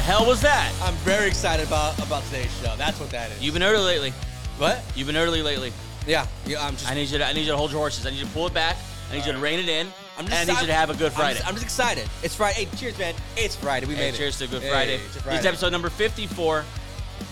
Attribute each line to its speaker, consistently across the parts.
Speaker 1: Oh!
Speaker 2: was that?
Speaker 1: I'm very excited about about today's show. That's what that is.
Speaker 2: You've been early lately.
Speaker 1: what?
Speaker 2: You've been early lately.
Speaker 1: Yeah. yeah I'm just.
Speaker 2: I need you. To, I need you to hold your horses. I need you to pull it back. I need you to rein it in.
Speaker 1: I'm
Speaker 2: and I need you to have a good Friday.
Speaker 1: I'm just, I'm just excited. It's Friday. Hey, cheers, man. It's Friday. We
Speaker 2: Hey,
Speaker 1: made
Speaker 2: cheers
Speaker 1: it.
Speaker 2: to Good
Speaker 1: Hey,
Speaker 2: Friday.
Speaker 1: it's a
Speaker 2: This is episode number 54,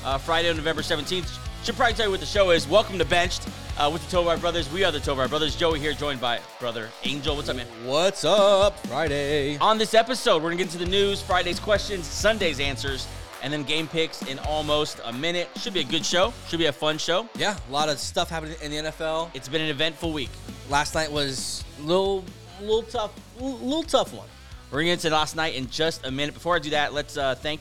Speaker 2: uh, Friday, November 17th. Should probably tell you what the show is. Welcome to Benched uh, with the Tovar Brothers. We are the Tovar Brothers. Joey here, joined by brother Angel. What's up, man?
Speaker 1: What's up, Friday?
Speaker 2: On this episode, we're going to get into the news, Friday's questions, Sunday's answers, and then game picks in almost a minute. Should be a good show. Should be a fun show.
Speaker 1: Yeah, a lot of stuff happened in the NFL.
Speaker 2: It's been an eventful week.
Speaker 1: Last night was little, little tough, little tough one.
Speaker 2: We're going to get into last night in just a minute. Before I do that, let's uh, thank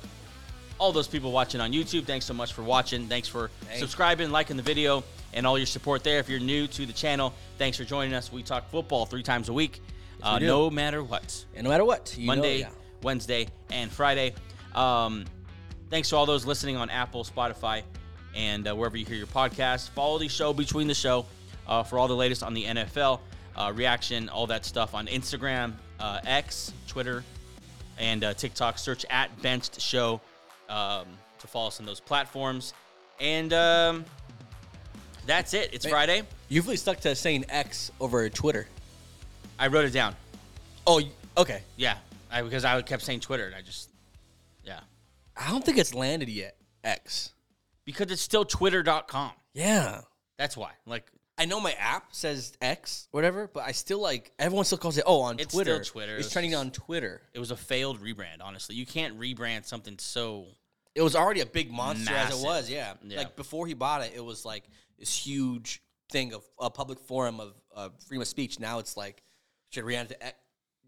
Speaker 2: all those people watching on YouTube. Thanks so much for watching. Thanks for
Speaker 1: Thanks.
Speaker 2: subscribing, liking the video, and all your support there. If you're new to the channel, thanks for joining us. We talk football three times a week, uh,
Speaker 1: do.
Speaker 2: no matter what.
Speaker 1: And no matter what, you
Speaker 2: Monday,
Speaker 1: know, yeah.
Speaker 2: Wednesday, and Friday. Um, thanks to all those listening on Apple, Spotify, and uh, wherever you hear your podcast. Follow the show between the show uh, for all the latest on the NFL uh, reaction, all that stuff on Instagram, uh, X, Twitter, and uh, TikTok. Search at Benched Show um, to follow us on those platforms. And um, that's it. It's Friday.
Speaker 1: You've really stuck to saying X over Twitter.
Speaker 2: I wrote it down.
Speaker 1: Oh, y- okay.
Speaker 2: Yeah, I, because I kept saying Twitter, and I just, yeah.
Speaker 1: I don't think it's landed yet. X.
Speaker 2: because it's still twitter.com.
Speaker 1: Yeah.
Speaker 2: That's why. Like
Speaker 1: I know my app says X, whatever, but I still like everyone still calls it. Oh, on
Speaker 2: It's still
Speaker 1: Twitter,
Speaker 2: Twitter.
Speaker 1: It's
Speaker 2: It's
Speaker 1: trending
Speaker 2: just-
Speaker 1: on Twitter.
Speaker 2: it was a failed rebrand, honestly. You can't rebrand something so
Speaker 1: It was already a big monster as
Speaker 2: Massive.
Speaker 1: it was. Yeah.
Speaker 2: Yeah.
Speaker 1: like before he bought it, it was like this huge thing of a public forum of uh, freedom of speech. Now it's like should react to X.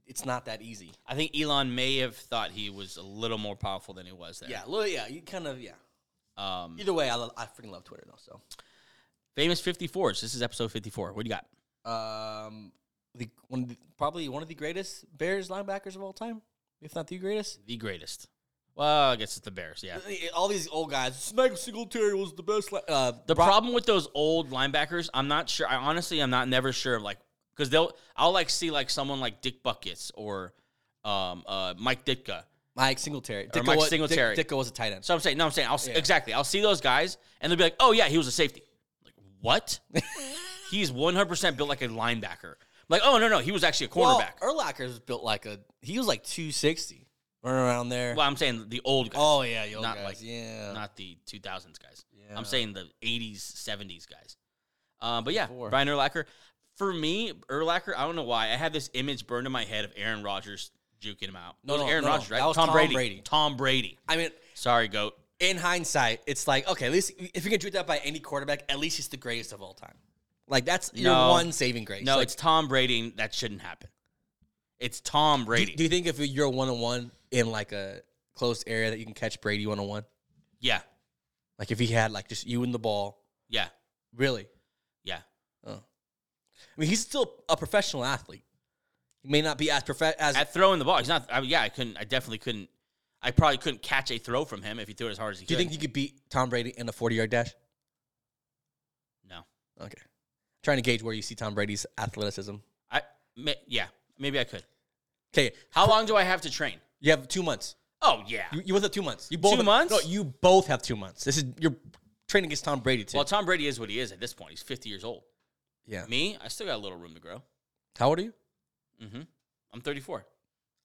Speaker 1: It's not that easy.
Speaker 2: I think Elon may have thought he was a little more powerful than he was there.
Speaker 1: Yeah, well, yeah, you kind of yeah.
Speaker 2: Um
Speaker 1: Either way, I, lo- I freaking love Twitter though. So.
Speaker 2: famous 54s. This is episode 54. What do you got?
Speaker 1: um, the one of the, probably one of the greatest Bears linebackers of all time, if not the greatest.
Speaker 2: The greatest. Well, I guess it's the Bears, yeah.
Speaker 1: All these old guys, Snake Singletary was the best. li- Uh,
Speaker 2: The
Speaker 1: Brock-
Speaker 2: problem with those old linebackers, I'm not sure. I honestly, I'm not never sure. Like, because they'll, I'll like see like someone like Dick Buckets or um, uh, Mike Ditka.
Speaker 1: Mike Singletary,
Speaker 2: Or Mike
Speaker 1: was,
Speaker 2: Singletary.
Speaker 1: Dick, Dicko was a tight end.
Speaker 2: So I'm saying, no, I'm saying, I'll
Speaker 1: Yeah.
Speaker 2: exactly, I'll see those guys, and they'll be like, oh yeah, he was a safety. Like what? He's 100 percent built like a linebacker. Like oh no no, he was actually a
Speaker 1: Well,
Speaker 2: cornerback. Well,
Speaker 1: Urlacher was built like a. He was like two sixty, running around there.
Speaker 2: I'm saying the old guys,
Speaker 1: oh yeah, you
Speaker 2: not
Speaker 1: guys.
Speaker 2: like-
Speaker 1: Oh, yeah.
Speaker 2: not the 2000s guys.
Speaker 1: Yeah.
Speaker 2: I'm saying the 80s, 70s guys. Uh, but yeah,
Speaker 1: Before.
Speaker 2: Brian Urlacher. For me, Urlacher, I don't know why I have this image burned in my head of Aaron Rodgers juking him out.
Speaker 1: No,
Speaker 2: it was
Speaker 1: no,
Speaker 2: Aaron
Speaker 1: no, no.
Speaker 2: Rodgers, right?
Speaker 1: That was Tom Brady.
Speaker 2: Tom Brady.
Speaker 1: I mean,
Speaker 2: Sorry, goat.
Speaker 1: in hindsight, it's like okay, at least if you can treat that by any quarterback, at least he's the greatest of all time. Like that's your
Speaker 2: No.
Speaker 1: one saving grace.
Speaker 2: No,
Speaker 1: Like,
Speaker 2: it's Tom Brady. That shouldn't happen. It's Tom
Speaker 1: Do,
Speaker 2: Brady.
Speaker 1: do you think if you're one on one in like a close area that you can catch Brady one on one?
Speaker 2: yeah,
Speaker 1: Like if he had like just you and the ball,
Speaker 2: yeah,
Speaker 1: really?
Speaker 2: yeah.
Speaker 1: I mean, he's still a professional athlete. He may not be as profe- as
Speaker 2: At throwing the ball, he's not. I mean, yeah, I couldn't. I definitely couldn't. I probably couldn't catch a throw from him if he threw it as hard as he
Speaker 1: Do you
Speaker 2: could.
Speaker 1: think you could beat Tom Brady in a 40 yard dash?
Speaker 2: no.
Speaker 1: Okay. Trying to gauge where you see Tom Brady's athleticism.
Speaker 2: I. ma- yeah. Maybe I could.
Speaker 1: Okay.
Speaker 2: How long do I have to train?
Speaker 1: You have two months.
Speaker 2: Oh yeah.
Speaker 1: You, you both have two months. You both
Speaker 2: Two
Speaker 1: have-
Speaker 2: months?
Speaker 1: No, you both have two months. This is you're training against Tom Brady too.
Speaker 2: Well, Tom Brady is what he is at this point. He's 50 years old.
Speaker 1: yeah.
Speaker 2: Me, I still got a little room to grow.
Speaker 1: How old are you?
Speaker 2: Mm-hmm. I'm 34.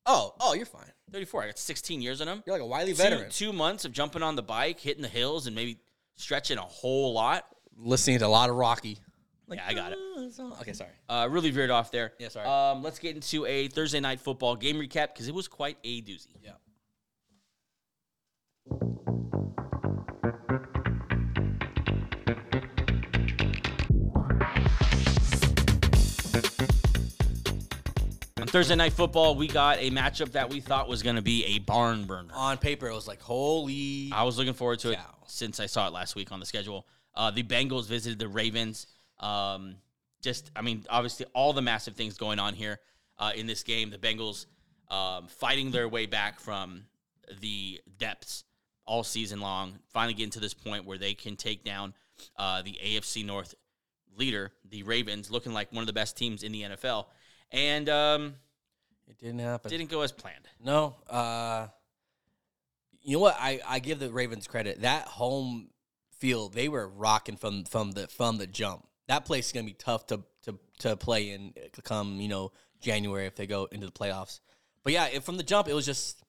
Speaker 1: Oh, oh, you're fine.
Speaker 2: 34. I got 16 years in him.
Speaker 1: You're like a wily
Speaker 2: Two,
Speaker 1: veteran.
Speaker 2: two months of jumping on the bike, hitting the hills, and maybe stretching a whole lot.
Speaker 1: Listening to a lot of Rocky. "Ah,
Speaker 2: yeah, I got it.
Speaker 1: Okay, sorry.
Speaker 2: Uh, really veered off there.
Speaker 1: Yeah, sorry.
Speaker 2: Um, let's get into a Thursday night football game recap because it was quite a doozy.
Speaker 1: Yeah.
Speaker 2: On Thursday night football, we got a matchup that we thought was going to be a barn burner.
Speaker 1: on paper, it was like, holy.
Speaker 2: I was looking forward to it
Speaker 1: Cow.
Speaker 2: since I saw it last week on the schedule. Uh, the Bengals visited the Ravens. Um, just, I mean, obviously, all the massive things going on here uh, in this game. The Bengals um, fighting their way back from the depths all season long, finally getting to this point where they can take down uh, the AFC North leader, the Ravens, looking like one of the best teams in the NFL. And um,
Speaker 1: It didn't happen.
Speaker 2: didn't go as planned.
Speaker 1: no. Uh, you know what? I, I give the Ravens credit. That home field, they were rocking from from the from the jump. That place is gonna be tough to to to play in come you know January if they go into the playoffs. But yeah, it, from the jump, it was just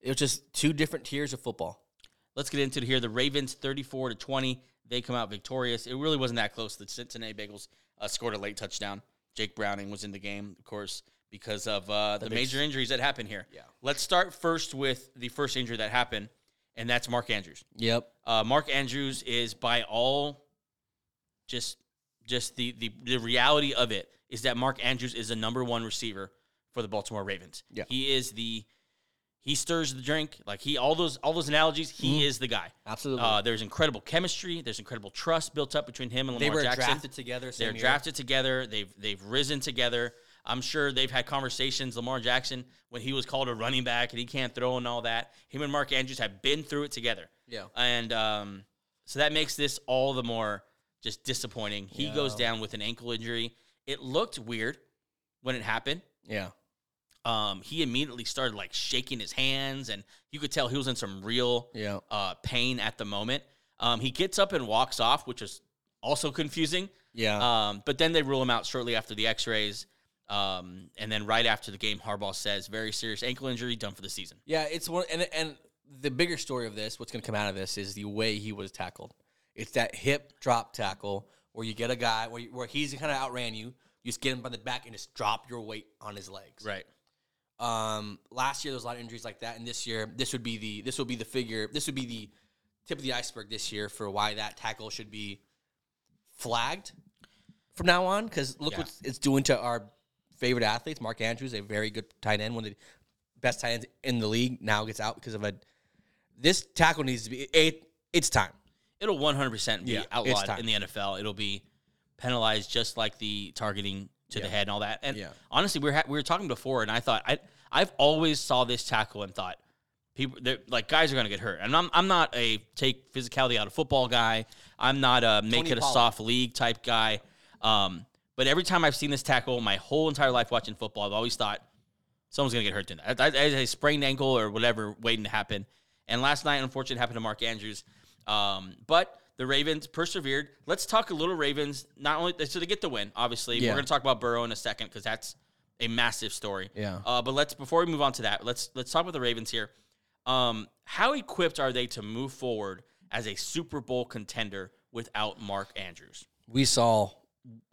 Speaker 1: it was just two different tiers of football.
Speaker 2: Let's get into it here. The Ravens, thirty-four to twenty, they come out victorious. It really wasn't that close. The Cincinnati Bengals uh, scored a late touchdown. Jake Browning was in the game, of course, because of uh, the,
Speaker 1: big-
Speaker 2: major injuries that happened here.
Speaker 1: Yeah.
Speaker 2: Let's start first with the first injury that happened, and that's Mark Andrews.
Speaker 1: Yep.
Speaker 2: Uh, Mark Andrews is by all just just the, the the reality of it is that Mark Andrews is the number one receiver for the Baltimore Ravens.
Speaker 1: Yeah.
Speaker 2: He is the he stirs the drink. Like he all those all those analogies, he
Speaker 1: Mm-hmm.
Speaker 2: is the guy.
Speaker 1: Absolutely.
Speaker 2: Uh, there's incredible chemistry, there's incredible trust built up between him and
Speaker 1: they
Speaker 2: Lamar
Speaker 1: were
Speaker 2: Jackson.
Speaker 1: drafted together. Same
Speaker 2: They're
Speaker 1: year.
Speaker 2: drafted together. They've they've risen together. I'm sure they've had conversations. Lamar Jackson, when he was called a running back and he can't throw and all that, him and Mark Andrews have been through it together.
Speaker 1: Yeah.
Speaker 2: and um, so that makes this all the more just disappointing. He goes
Speaker 1: Yeah.
Speaker 2: down with an ankle injury. It looked weird when it happened.
Speaker 1: Yeah.
Speaker 2: Um, he immediately started like shaking his hands, and you could tell he was in some real
Speaker 1: Yeah.
Speaker 2: uh, pain at the moment. Um, he gets up and walks off, which is also confusing.
Speaker 1: Yeah.
Speaker 2: Um, but then they rule him out shortly after the X-rays, um, and then right after the game, Harbaugh says, "Very serious ankle injury, done for the season."
Speaker 1: Yeah, it's one and and the bigger story of this, what's going to come out of this, is the way he was tackled. It's that hip drop tackle where you get a guy where, you, where he's kind of outran you. You just get him by the back and just drop your weight on his legs.
Speaker 2: Right.
Speaker 1: Um, last year there was a lot of injuries like that, and this year this would be the this would be the figure this would be the tip of the iceberg this year for why that tackle should be flagged from now on. Because look
Speaker 2: Yeah.
Speaker 1: what it's doing to our favorite athletes. Mark Andrews, a very good tight end, one of the best tight ends in the league, now gets out because of a this tackle needs to be it. It's time.
Speaker 2: It'll 100% be
Speaker 1: Yeah, it's
Speaker 2: outlawed
Speaker 1: time.
Speaker 2: in the NFL. It'll be penalized just like the targeting to the head and all that. And
Speaker 1: Yeah.
Speaker 2: honestly, we were ha- we were talking before, and I thought I I've always saw this tackle and thought people they're- like guys are going to get hurt. And I'm I'm not a take physicality out of football guy. I'm not a make
Speaker 1: Tony
Speaker 2: it a
Speaker 1: Pollard.
Speaker 2: soft league type guy. Um, but every time I've seen this tackle, my whole entire life watching football, I've always thought someone's gonna get hurt doing that. I, I, I sprained ankle or whatever waiting to happen. And last night, unfortunately, it happened to Mark Andrews. Um, but the Ravens persevered. Let's talk a little Ravens. Not only so they get the win, obviously.
Speaker 1: Yeah.
Speaker 2: We're gonna talk about Burrow in a second because that's a massive story.
Speaker 1: Yeah.
Speaker 2: Uh, but let's before we move on to that, let's let's talk about the Ravens here. Um, how equipped are they to move forward as a Super Bowl contender without Mark Andrews?
Speaker 1: we saw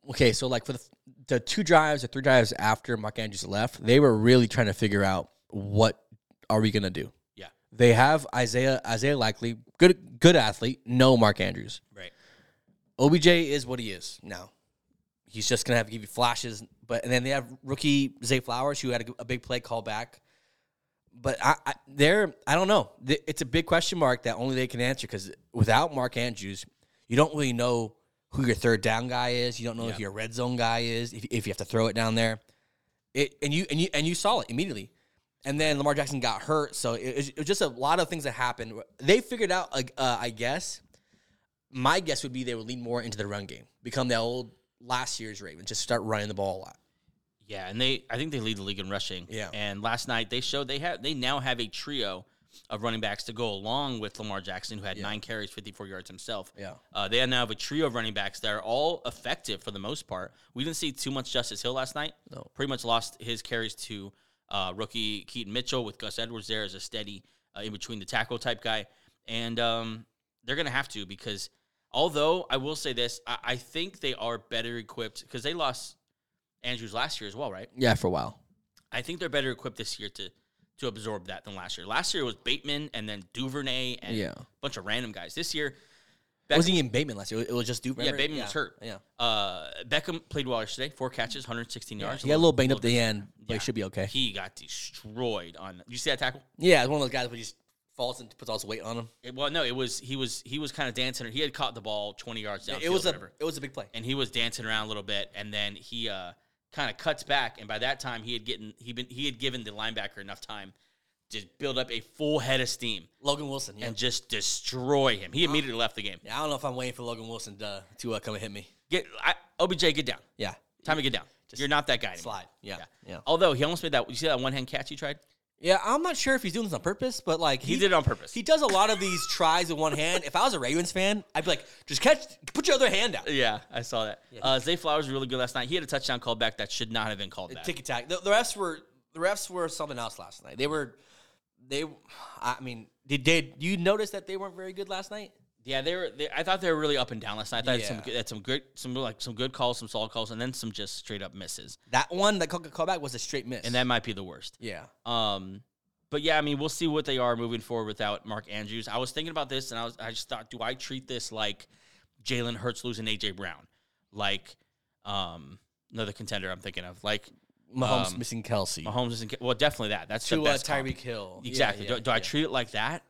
Speaker 1: okay so like for the, the two drives the three drives after mark andrews left they were really trying to figure out what are we going to do
Speaker 2: Yeah.
Speaker 1: they have isaiah isaiah likely good good athlete no mark andrews
Speaker 2: Right.
Speaker 1: obj is what he is now he's just going to have to give you flashes but and then they have rookie zay flowers who had a, a big play call back but I, I they're I don't know. Th- It's a big question mark that only they can answer because without Mark Andrews, you don't really know who your third down guy is. You don't know if your red zone guy is. If, if you have to throw it down there, it and you and you and you saw it immediately. And then Lamar Jackson got hurt, so it, it was- it was just a lot of things that happened. They figured out, like, uh, I guess. My guess would be they would lean more into the run game, become the old last year's Ravens, just start running the ball a lot.
Speaker 2: Yeah, and they I think they lead the league in rushing.
Speaker 1: Yeah.
Speaker 2: And last night they showed they have they now have a trio of running backs to go along with Lamar Jackson, who had nine carries, fifty four yards himself.
Speaker 1: Yeah.
Speaker 2: Uh, they now have a trio of running backs that are all effective for the most part. We didn't see too much Justice Hill last night.
Speaker 1: No.
Speaker 2: Pretty much lost his carries to uh, rookie Keaton Mitchell with Gus Edwards there as a steady uh, in between the tackle type guy. And um, they're going to have to because although I will say this, I, I think they are better equipped because they lost Andrews last year as well, right?
Speaker 1: Yeah, for a while.
Speaker 2: I think they're better equipped this year to to absorb that than last year. Last year was Bateman and then Duvernay and
Speaker 1: Yeah.
Speaker 2: a bunch of random guys. This year,
Speaker 1: It wasn't even Bateman last year. It was just Duke.
Speaker 2: yeah, Bateman was hurt.
Speaker 1: Yeah.
Speaker 2: Uh, Beckham played well yesterday, four catches, 116 yards.
Speaker 1: He got a little banged up the end, but he should be okay.
Speaker 2: He got destroyed on. You see that tackle?
Speaker 1: Yeah, it's one of those guys who just falls and puts all his weight on him.
Speaker 2: It- well, no, it was he was he was kind of dancing. He had caught the ball 20 yards down.
Speaker 1: It was a it was a big play.
Speaker 2: and he was dancing around a little bit, and then he uh, kind of cuts back, and by that time he had getting he been he had given the linebacker enough time to build up a full head of steam
Speaker 1: Logan Wilson. Yeah.
Speaker 2: and just destroy him. He immediately left the game.
Speaker 1: yeah, I don't know if I'm waiting for Logan Wilson to to uh, come and hit me.
Speaker 2: Get I, OBJ, get down.
Speaker 1: Yeah,
Speaker 2: Time to get down. You're not that guy. Anymore.
Speaker 1: slide. Yeah, yeah.
Speaker 2: Although he almost made that. You see that one hand catch he tried?
Speaker 1: Yeah, I'm not sure if he's doing this on purpose, but like
Speaker 2: He, did it on purpose.
Speaker 1: He does a lot of these tries with one hand. If I was a Ravens fan, I'd be like, just catch, put your other hand out.
Speaker 2: yeah, I saw that. Uh, Zay Flowers was really good last night. He had a touchdown called back that should not have been called back.
Speaker 1: Ticky tack. The, the refs were the refs were something else last night. They were, they, I mean, did did you notice that they weren't very good last night?
Speaker 2: Yeah, they were. They, I thought they were really up and down last night. I thought they had some
Speaker 1: Yeah.
Speaker 2: good- had some good, some like some good calls, some solid calls, and then some just straight up misses.
Speaker 1: That one that called callback was a straight miss.
Speaker 2: And that might be the worst.
Speaker 1: yeah,
Speaker 2: Um, but yeah, I mean, we'll see what they are moving forward without Mark Andrews. I was thinking about this, and I was, I just thought, do I treat this like Jalen Hurts losing AJ Brown, like um, another contender I'm thinking of, like
Speaker 1: Mahomes
Speaker 2: Um,
Speaker 1: missing Kelsey
Speaker 2: Mahomes is in, well, definitely that. That's the
Speaker 1: to uh,
Speaker 2: best comp.
Speaker 1: Tyreek Hill. Yeah,
Speaker 2: Exactly.
Speaker 1: Yeah,
Speaker 2: do, do I
Speaker 1: yeah.
Speaker 2: treat it like that?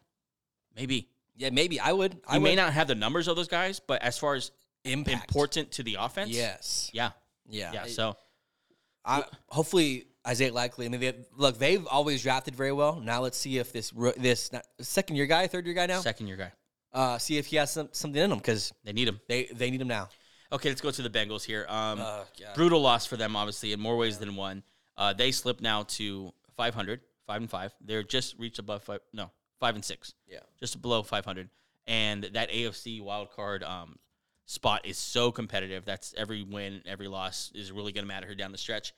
Speaker 2: Maybe.
Speaker 1: Yeah, maybe I would. I
Speaker 2: I may
Speaker 1: would
Speaker 2: not have the numbers of those guys, but as far as
Speaker 1: impact.
Speaker 2: important to the offense,
Speaker 1: Yes.
Speaker 2: yeah,
Speaker 1: Yeah.
Speaker 2: yeah.
Speaker 1: I-
Speaker 2: So
Speaker 1: I, hopefully Isaiah Likely. I mean, they, look, they've always drafted very well. Now let's see if this ro- this second year guy, third year guy now,
Speaker 2: second year guy,
Speaker 1: uh, see if he has some, something in him because
Speaker 2: they need him.
Speaker 1: they they need him now.
Speaker 2: Okay, let's go to the Bengals here. Um,
Speaker 1: Oh, God.
Speaker 2: brutal loss for them, obviously, in more ways than one. Uh, they slip now to 500, 5 and 5. They're just reached above 5, no, 5 and 6.
Speaker 1: Yeah.
Speaker 2: Just below 500. And that AFC wildcard um, spot is so competitive. That's every win, every loss is really going to matter here down the stretch.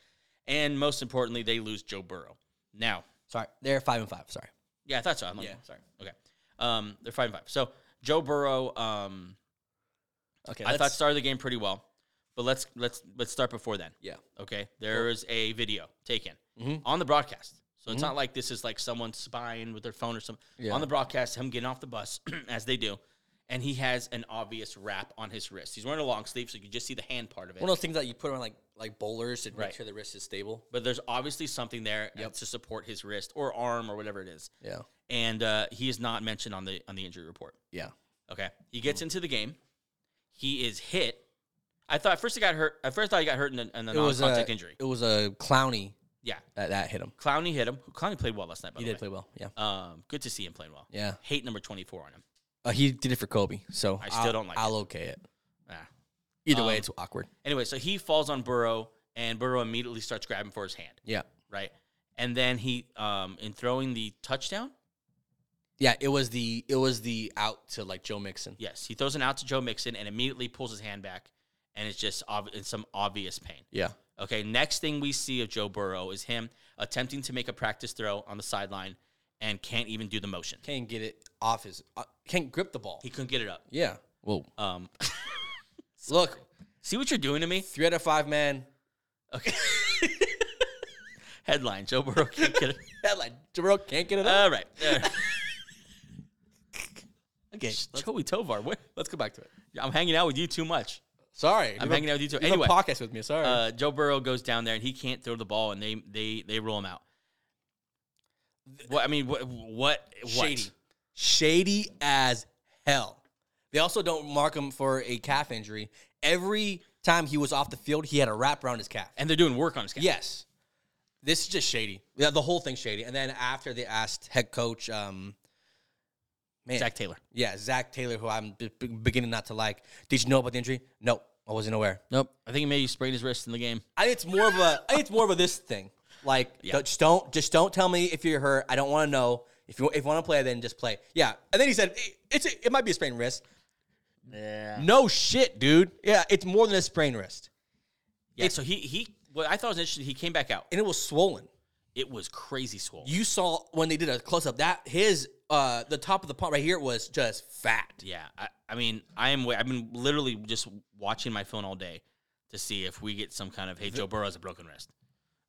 Speaker 2: And most importantly, they lose Joe Burrow. Now,
Speaker 1: Sorry, they're five and five. Sorry.
Speaker 2: yeah, I thought so. I'm like,
Speaker 1: Yeah, sorry.
Speaker 2: Okay. Um, they're 5 and 5. So Joe Burrow. Um,
Speaker 1: Okay,
Speaker 2: I thought
Speaker 1: let's-
Speaker 2: started the game pretty well, but let's let's let's start before then.
Speaker 1: Yeah.
Speaker 2: Okay. There is a video taken
Speaker 1: Mm-hmm.
Speaker 2: on the broadcast, so it's not like this is like someone spying with their phone or something.
Speaker 1: Yeah.
Speaker 2: On the broadcast, him getting off the bus as they do, and he has an obvious wrap on his wrist. He's wearing a long sleeve, so you can just see the hand part of it.
Speaker 1: one of those things that you put on like like bowlers to
Speaker 2: Right.
Speaker 1: make sure the wrist is stable.
Speaker 2: but there's obviously something there uh,
Speaker 1: Yep.
Speaker 2: to support his wrist or arm or whatever it is,
Speaker 1: Yeah.
Speaker 2: and uh, he is not mentioned on the on the injury report.
Speaker 1: Yeah.
Speaker 2: Okay. He
Speaker 1: Oh.
Speaker 2: gets into the game. He is hit. I thought at first he got hurt. At first I thought he got hurt in a, in a
Speaker 1: It was uh,
Speaker 2: non-contact
Speaker 1: a
Speaker 2: injury.
Speaker 1: it was a clowny
Speaker 2: Yeah.
Speaker 1: that, that hit him.
Speaker 2: Clowney hit him. Clowney played well last night. By
Speaker 1: He
Speaker 2: the
Speaker 1: did
Speaker 2: way.
Speaker 1: play well. Yeah.
Speaker 2: Um, good to see him playing well.
Speaker 1: Yeah.
Speaker 2: Hate number twenty-four on him.
Speaker 1: Uh, he did it for Kobe, so
Speaker 2: I still
Speaker 1: I'll-
Speaker 2: don't like
Speaker 1: I'll okay it.
Speaker 2: Ah.
Speaker 1: Either
Speaker 2: Um,
Speaker 1: way, it's awkward.
Speaker 2: Anyway, so he falls on Burrow, and Burrow immediately starts grabbing for his hand.
Speaker 1: Yeah.
Speaker 2: Right. And then he, um, in throwing the touchdown,
Speaker 1: Yeah. It was the it was the out to like Joe Mixon.
Speaker 2: yes, he throws an out to Joe Mixon and immediately pulls his hand back, and it's just ob- it's some obvious pain.
Speaker 1: Yeah.
Speaker 2: Okay, next thing we see of Joe Burrow is him attempting to make a practice throw on the sideline and can't even do the motion.
Speaker 1: Can't get it off his. Uh, can't grip the ball.
Speaker 2: He couldn't get it up.
Speaker 1: yeah. Well,
Speaker 2: Um,
Speaker 1: look,
Speaker 2: see what you're doing to me?
Speaker 1: three out of five man.
Speaker 2: Okay. Headline: Joe Burrow can't get it.
Speaker 1: That like Jabril can't get it up.
Speaker 2: All right. All right.
Speaker 1: okay. Let's,
Speaker 2: Joey Tovar, where-
Speaker 1: let's go back to it.
Speaker 2: I'm hanging out with you too much.
Speaker 1: Sorry,
Speaker 2: I'm hanging out with you too.
Speaker 1: Anyway,
Speaker 2: Anyway,
Speaker 1: podcast with me. Sorry.
Speaker 2: uh, Joe Burrow goes down there and he can't throw the ball, and they they they roll him out. What I mean, what what what?
Speaker 1: Shady. Shady as hell. They also don't mark him for a calf injury. Every time he was off the field, he had a wrap around his calf.
Speaker 2: And they're doing work on his calf.
Speaker 1: Yes. This is just shady. Yeah, the whole thing's shady. And then after they asked head coach, um, man,
Speaker 2: Zach Taylor.
Speaker 1: yeah, Zach Taylor, who I'm be- be- beginning not to like. Did you know about the injury? No, I wasn't aware.
Speaker 2: Nope. I think he maybe sprained his wrist in the game.
Speaker 1: I, it's more of a, I, it's more of a this thing. Like, don't- just don't, just don't tell me if you're hurt. I don't want to know. If you, if you want to play, then just play. Yeah. And then he said, "It- it's, a, it might be a sprained wrist.
Speaker 2: Yeah.
Speaker 1: No shit, dude. Yeah, it's more than a sprained wrist,
Speaker 2: Yeah. So he he what I thought was interesting. He came back out.
Speaker 1: and it was swollen.
Speaker 2: It was crazy swollen.
Speaker 1: You saw when they did a close up that his uh the top of the pump right here was just fat.
Speaker 2: Yeah, I, I mean, I am. wa- I've been literally just watching my phone all day to see if we get some kind of hey, Joe Burrow has a broken wrist,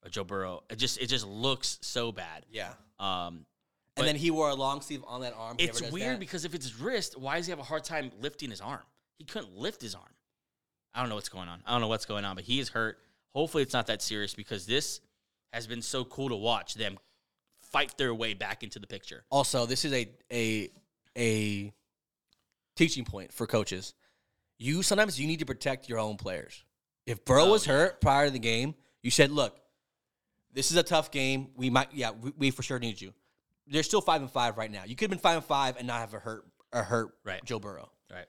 Speaker 2: or Joe Burrow. It just it just looks so bad.
Speaker 1: Yeah.
Speaker 2: Um,
Speaker 1: And then he wore a long sleeve on that arm. He
Speaker 2: it's
Speaker 1: never does
Speaker 2: weird
Speaker 1: that.
Speaker 2: because if it's his wrist, why does he have a hard time lifting his arm? He couldn't lift his arm. I don't know what's going on. I don't know what's going on, but he is hurt. Hopefully, it's not that serious because this has been so cool to watch them fight their way back into the picture.
Speaker 1: also this is a a a teaching point for coaches. You sometimes you need to protect your own players. If Burrow
Speaker 2: Oh,
Speaker 1: was
Speaker 2: yeah.
Speaker 1: hurt prior to the game, you said, "Look, this is a tough game. We might, yeah, we, we for sure need you." They're still five and five right now. You could have been five and five and not have a hurt a hurt
Speaker 2: Right.
Speaker 1: Joe Burrow.
Speaker 2: Right.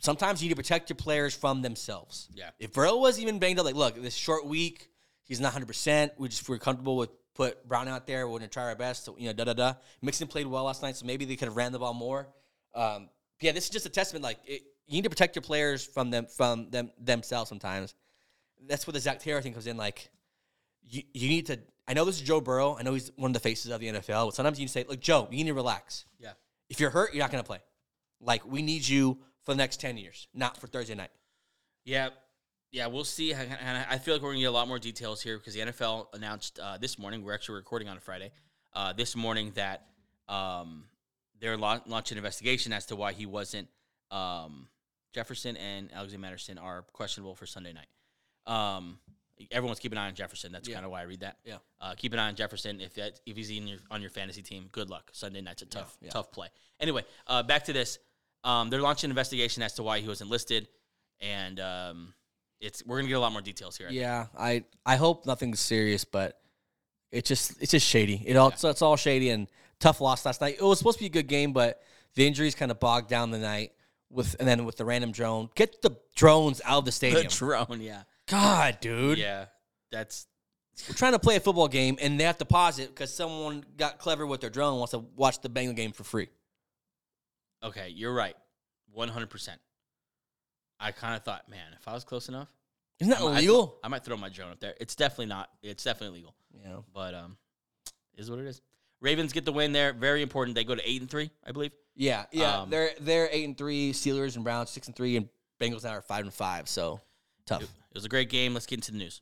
Speaker 1: sometimes you need to protect your players from themselves.
Speaker 2: Yeah.
Speaker 1: If Burrow was even banged up, like, look, this short week, he's not 100%. We just, we're comfortable with put Brown out there. We're gonna try our best. So, you know, da da da. Mixon played well last night, so maybe they could have ran the ball more. Um, yeah, this is just a testament. Like it, you need to protect your players from them from them themselves sometimes. That's where the Zach Taylor thing comes in. Like you, you need to. I know this is Joe Burrow. I know he's one of the faces of the NFL. But sometimes you say, look, Joe, you need to relax.
Speaker 2: Yeah.
Speaker 1: If you're hurt, you're not gonna play. Like we need you for the next ten years, not for Thursday night.
Speaker 2: Yeah. Yeah, we'll see. And I- I feel like we're going to get a lot more details here because the NFL announced uh, this morning, we're actually recording on a Friday, uh, this morning that um, they're lau- launching an investigation as to why he wasn't. Um, Jefferson and Alexander Madison are questionable for Sunday night. Um, everyone's keeping an eye on Jefferson. That's
Speaker 1: Yeah.
Speaker 2: kind of why I read that.
Speaker 1: Yeah.
Speaker 2: Uh, keep an eye on Jefferson. If that if he's in your, on your fantasy team, good luck. Sunday night's a tough
Speaker 1: yeah.
Speaker 2: tough play. Anyway, uh, back to this. Um, they're launching an investigation as to why he wasn't listed, and um, it's we're gonna get a lot more details here. I think.
Speaker 1: Yeah, I I hope nothing's serious, but it's just it's just shady. It all it's, it's all shady and tough loss last night. It was supposed to be a good game, but the injuries kind of bogged down the night with and then with the random drone. Get the drones out of the
Speaker 2: The
Speaker 1: stadium.
Speaker 2: drone. Yeah.
Speaker 1: God, dude.
Speaker 2: Yeah. That's
Speaker 1: We're trying to play a football game and they have to pause it because someone got clever with their drone and wants to watch the Bengal game for free.
Speaker 2: okay. You're right. One hundred percent. I kind of thought, man, if I was close enough,
Speaker 1: Isn't that
Speaker 2: I might-
Speaker 1: illegal?
Speaker 2: I might throw my drone up there. It's definitely not. It's definitely illegal.
Speaker 1: yeah.
Speaker 2: but um, is what it is. Ravens get the win there. Very important. They go to eight and three, I believe.
Speaker 1: Yeah. Yeah.
Speaker 2: Um,
Speaker 1: they're they're eight and three, Steelers and Browns six and three, and Bengals now are five and five, so tough.
Speaker 2: It was a great game. Let's get into the news.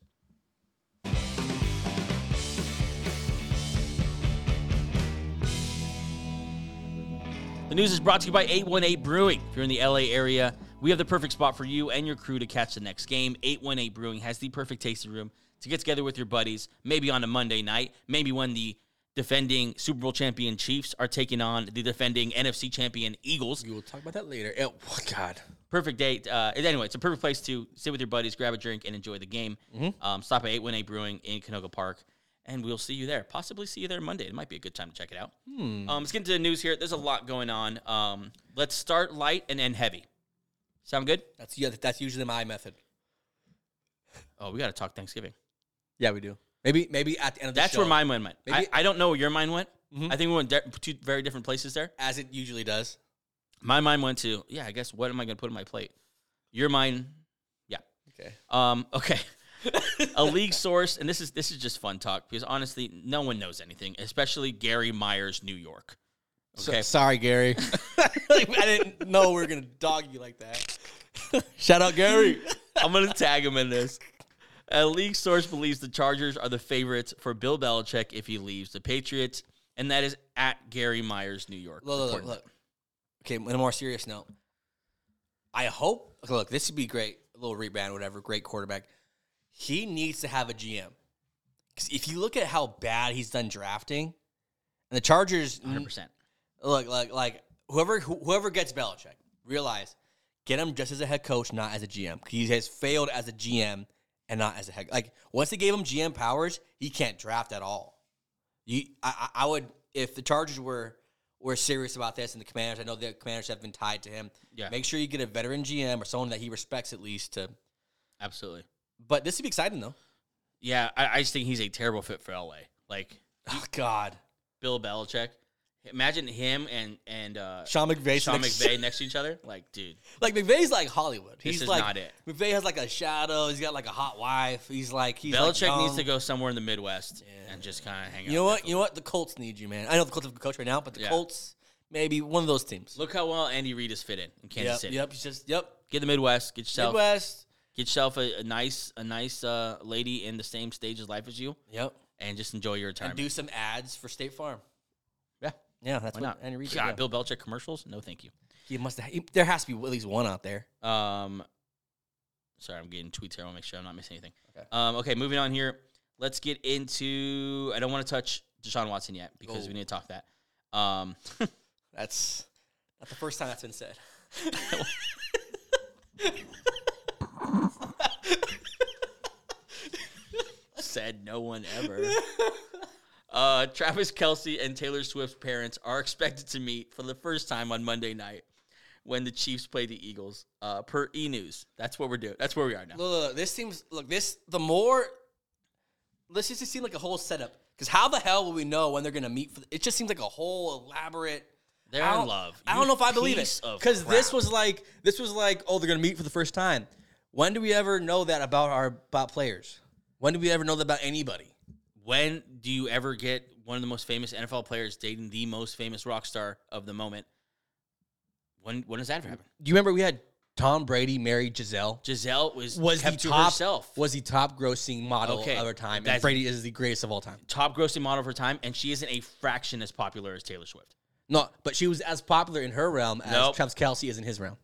Speaker 2: The news is brought to you by 818 Brewing. If you're in the LA area, we have the perfect spot for you and your crew to catch the next game. 818 Brewing has the perfect tasting room to get together with your buddies, maybe on a Monday night, maybe when the defending Super Bowl champion Chiefs are taking on the defending NFC champion Eagles.
Speaker 1: We will talk about that later. Oh God.
Speaker 2: perfect date. Uh, anyway, it's a perfect place to sit with your buddies, grab a drink, and enjoy the game. Um, stop at 818 Brewing in Canoga Park, and we'll see you there. Possibly see you there Monday. It might be a good time to check it out. Um, let's get into the news here. There's a lot going on. Um, let's start light and end heavy. Sound good?
Speaker 1: That's yeah. That's usually my method.
Speaker 2: Oh, we got to talk Thanksgiving.
Speaker 1: Yeah, we do. Maybe maybe at the end of the
Speaker 2: That's
Speaker 1: show,
Speaker 2: where my mind went. I,
Speaker 1: Maybe-
Speaker 2: I don't know where your mind went. I think we went di- two very different places there.
Speaker 1: as it usually does.
Speaker 2: My mind went to, yeah, I guess, what am I going to put on my plate? Your mind, yeah.
Speaker 1: Okay.
Speaker 2: Um, okay. a league source, and this is this is just fun talk because honestly, no one knows anything, especially Gary Myers, New York. Okay.
Speaker 1: sorry, Gary. Like, I didn't know we were gonna dog you like that. Shout out Gary.
Speaker 2: I'm gonna tag him in this. A league source believes the Chargers are the favorites for Bill Belichick if he leaves the Patriots, and that is at Gary Myers, New York.
Speaker 1: look, look,
Speaker 2: reporting.
Speaker 1: look. Okay, on a more serious note, I hope. okay, Look, this would be great. A little rebrand, whatever. Great quarterback. He needs to have a GM. 'Cause if you look at how bad he's done drafting, and the Chargers
Speaker 2: 100%.
Speaker 1: Look, like, like whoever who- whoever gets Belichick, realize get him just as a head coach, not as a GM. 'Cause He has failed as a GM and not as a head. Like once they gave him GM powers, he can't draft at all. You, I, I I would if the Chargers were were serious about this and the Commanders. I know the Commanders have been tied to him.
Speaker 2: Yeah.
Speaker 1: make sure you get a veteran GM or someone that he respects at least. To
Speaker 2: Absolutely.
Speaker 1: but this would be exciting though.
Speaker 2: Yeah, I, I just think he's a terrible fit for LA. Like
Speaker 1: Oh God,
Speaker 2: Bill Belichick. Imagine him and and uh,
Speaker 1: Sean McVay.
Speaker 2: Sean McVay next to each other. Like, dude.
Speaker 1: Like McVay's like Hollywood. He's
Speaker 2: is
Speaker 1: like
Speaker 2: not it.
Speaker 1: McVay has like a shadow. He's got like a hot wife. He's like he's like,
Speaker 2: Belichick needs
Speaker 1: young.
Speaker 2: to go somewhere in the Midwest and just kind of hang out.
Speaker 1: You
Speaker 2: there
Speaker 1: know what?
Speaker 2: for-
Speaker 1: You know what? The Colts need you, man. I know the Colts have a coach right now, but the
Speaker 2: Yeah.
Speaker 1: Colts maybe one of those teams.
Speaker 2: Look how well Andy Reid is fit in in Kansas
Speaker 1: yep,
Speaker 2: City.
Speaker 1: yep. He's just yep.
Speaker 2: Get the Midwest. Get yourself
Speaker 1: Midwest.
Speaker 2: get yourself a, a nice a nice uh, lady in the same stage of life as you,
Speaker 1: Yep.
Speaker 2: and just enjoy your
Speaker 1: And
Speaker 2: retirement.
Speaker 1: do some ads for State Farm.
Speaker 2: yeah,
Speaker 1: Yeah, that's
Speaker 2: why
Speaker 1: what
Speaker 2: not?
Speaker 1: Andy Reid. did,
Speaker 2: God,
Speaker 1: yeah.
Speaker 2: Bill Belichick commercials? No, thank you.
Speaker 1: He must. Have, he- there has to be at least one out there.
Speaker 2: Um, sorry, I'm getting tweets here. I want to make sure I'm not missing anything.
Speaker 1: Okay.
Speaker 2: Um, okay, moving on here. Let's get into. I don't want to touch Deshaun Watson yet because
Speaker 1: Oh.
Speaker 2: we need to talk that. Um,
Speaker 1: That's not the first time that's been said.
Speaker 2: said no one ever. Uh, Travis Kelsey and Taylor Swift's parents are expected to meet for the first time on Monday night when the Chiefs play the Eagles. Uh, per E News, that's what we're doing. That's where we are now.
Speaker 1: Look, look, look, this seems look this the more. This just seemed like a whole setup. Because how the hell will we know when they're going to meet? For the, it just seems like a whole elaborate.
Speaker 2: They're
Speaker 1: I
Speaker 2: in
Speaker 1: don't-
Speaker 2: love.
Speaker 1: I
Speaker 2: You
Speaker 1: don't know if I believe
Speaker 2: piece
Speaker 1: it
Speaker 2: of
Speaker 1: because this
Speaker 2: crap.
Speaker 1: was like this was like oh they're going to meet for the first time. When do we ever know that about our about players? When do we ever know that about anybody?
Speaker 2: When do you ever get one of the most famous NFL players dating the most famous rock star of the moment? When when does that ever happen?
Speaker 1: Do you remember we had Tom Brady marry Giselle?
Speaker 2: Giselle was
Speaker 1: Was he
Speaker 2: kept to
Speaker 1: top?
Speaker 2: herself.
Speaker 1: Was he top grossing model
Speaker 2: Okay,
Speaker 1: of our time?
Speaker 2: that's-
Speaker 1: And Brady is the greatest of all time.
Speaker 2: top grossing model of her time, and she isn't a fraction as popular as Taylor Swift.
Speaker 1: No, but she was as popular in her realm as
Speaker 2: Nope.
Speaker 1: Travis Kelsey is in his realm.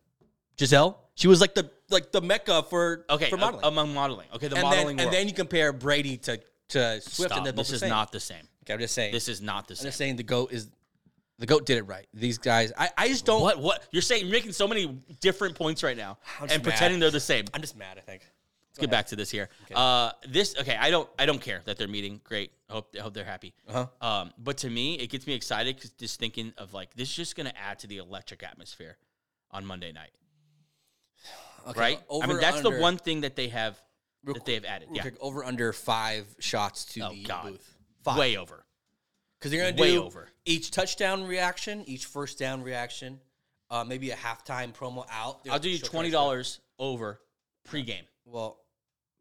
Speaker 1: Giselle, she was like the like the mecca for
Speaker 2: Okay,
Speaker 1: for
Speaker 2: a-
Speaker 1: modeling.
Speaker 2: among modeling. Okay, the
Speaker 1: and then,
Speaker 2: modeling
Speaker 1: and
Speaker 2: world.
Speaker 1: then you compare Brady to to Swift,
Speaker 2: Stop.
Speaker 1: and they're
Speaker 2: this
Speaker 1: both the
Speaker 2: is
Speaker 1: same.
Speaker 2: not the same.
Speaker 1: Okay, I'm just saying.
Speaker 2: This is not the same.
Speaker 1: I'm just saying the goat is the goat did it right. These guys, I, I just don't.
Speaker 2: What? What? You're saying you're making so many different points right now
Speaker 1: I'm
Speaker 2: and
Speaker 1: just mad.
Speaker 2: pretending they're the same.
Speaker 1: I'm just mad. I think.
Speaker 2: Let's get back to this here. Uh, this okay. I don't. I don't care that they're meeting. Great. I hope. I hope they're happy.
Speaker 1: Uh-huh.
Speaker 2: Um, but to me, it gets me excited because just thinking of like this is just going to add to the electric atmosphere on Monday night,
Speaker 1: Okay,
Speaker 2: right? I mean, that's
Speaker 1: under-
Speaker 2: the one thing that they have
Speaker 1: real
Speaker 2: that they have added.
Speaker 1: real
Speaker 2: Yeah,
Speaker 1: quick, over under five shots to
Speaker 2: Oh,
Speaker 1: the
Speaker 2: God.
Speaker 1: booth. Five.
Speaker 2: way over.
Speaker 1: Because they're gonna
Speaker 2: Way
Speaker 1: do
Speaker 2: over.
Speaker 1: each touchdown reaction, each first down reaction, uh, maybe a halftime promo out.
Speaker 2: I'll do you twenty dollars over pregame.
Speaker 1: Well,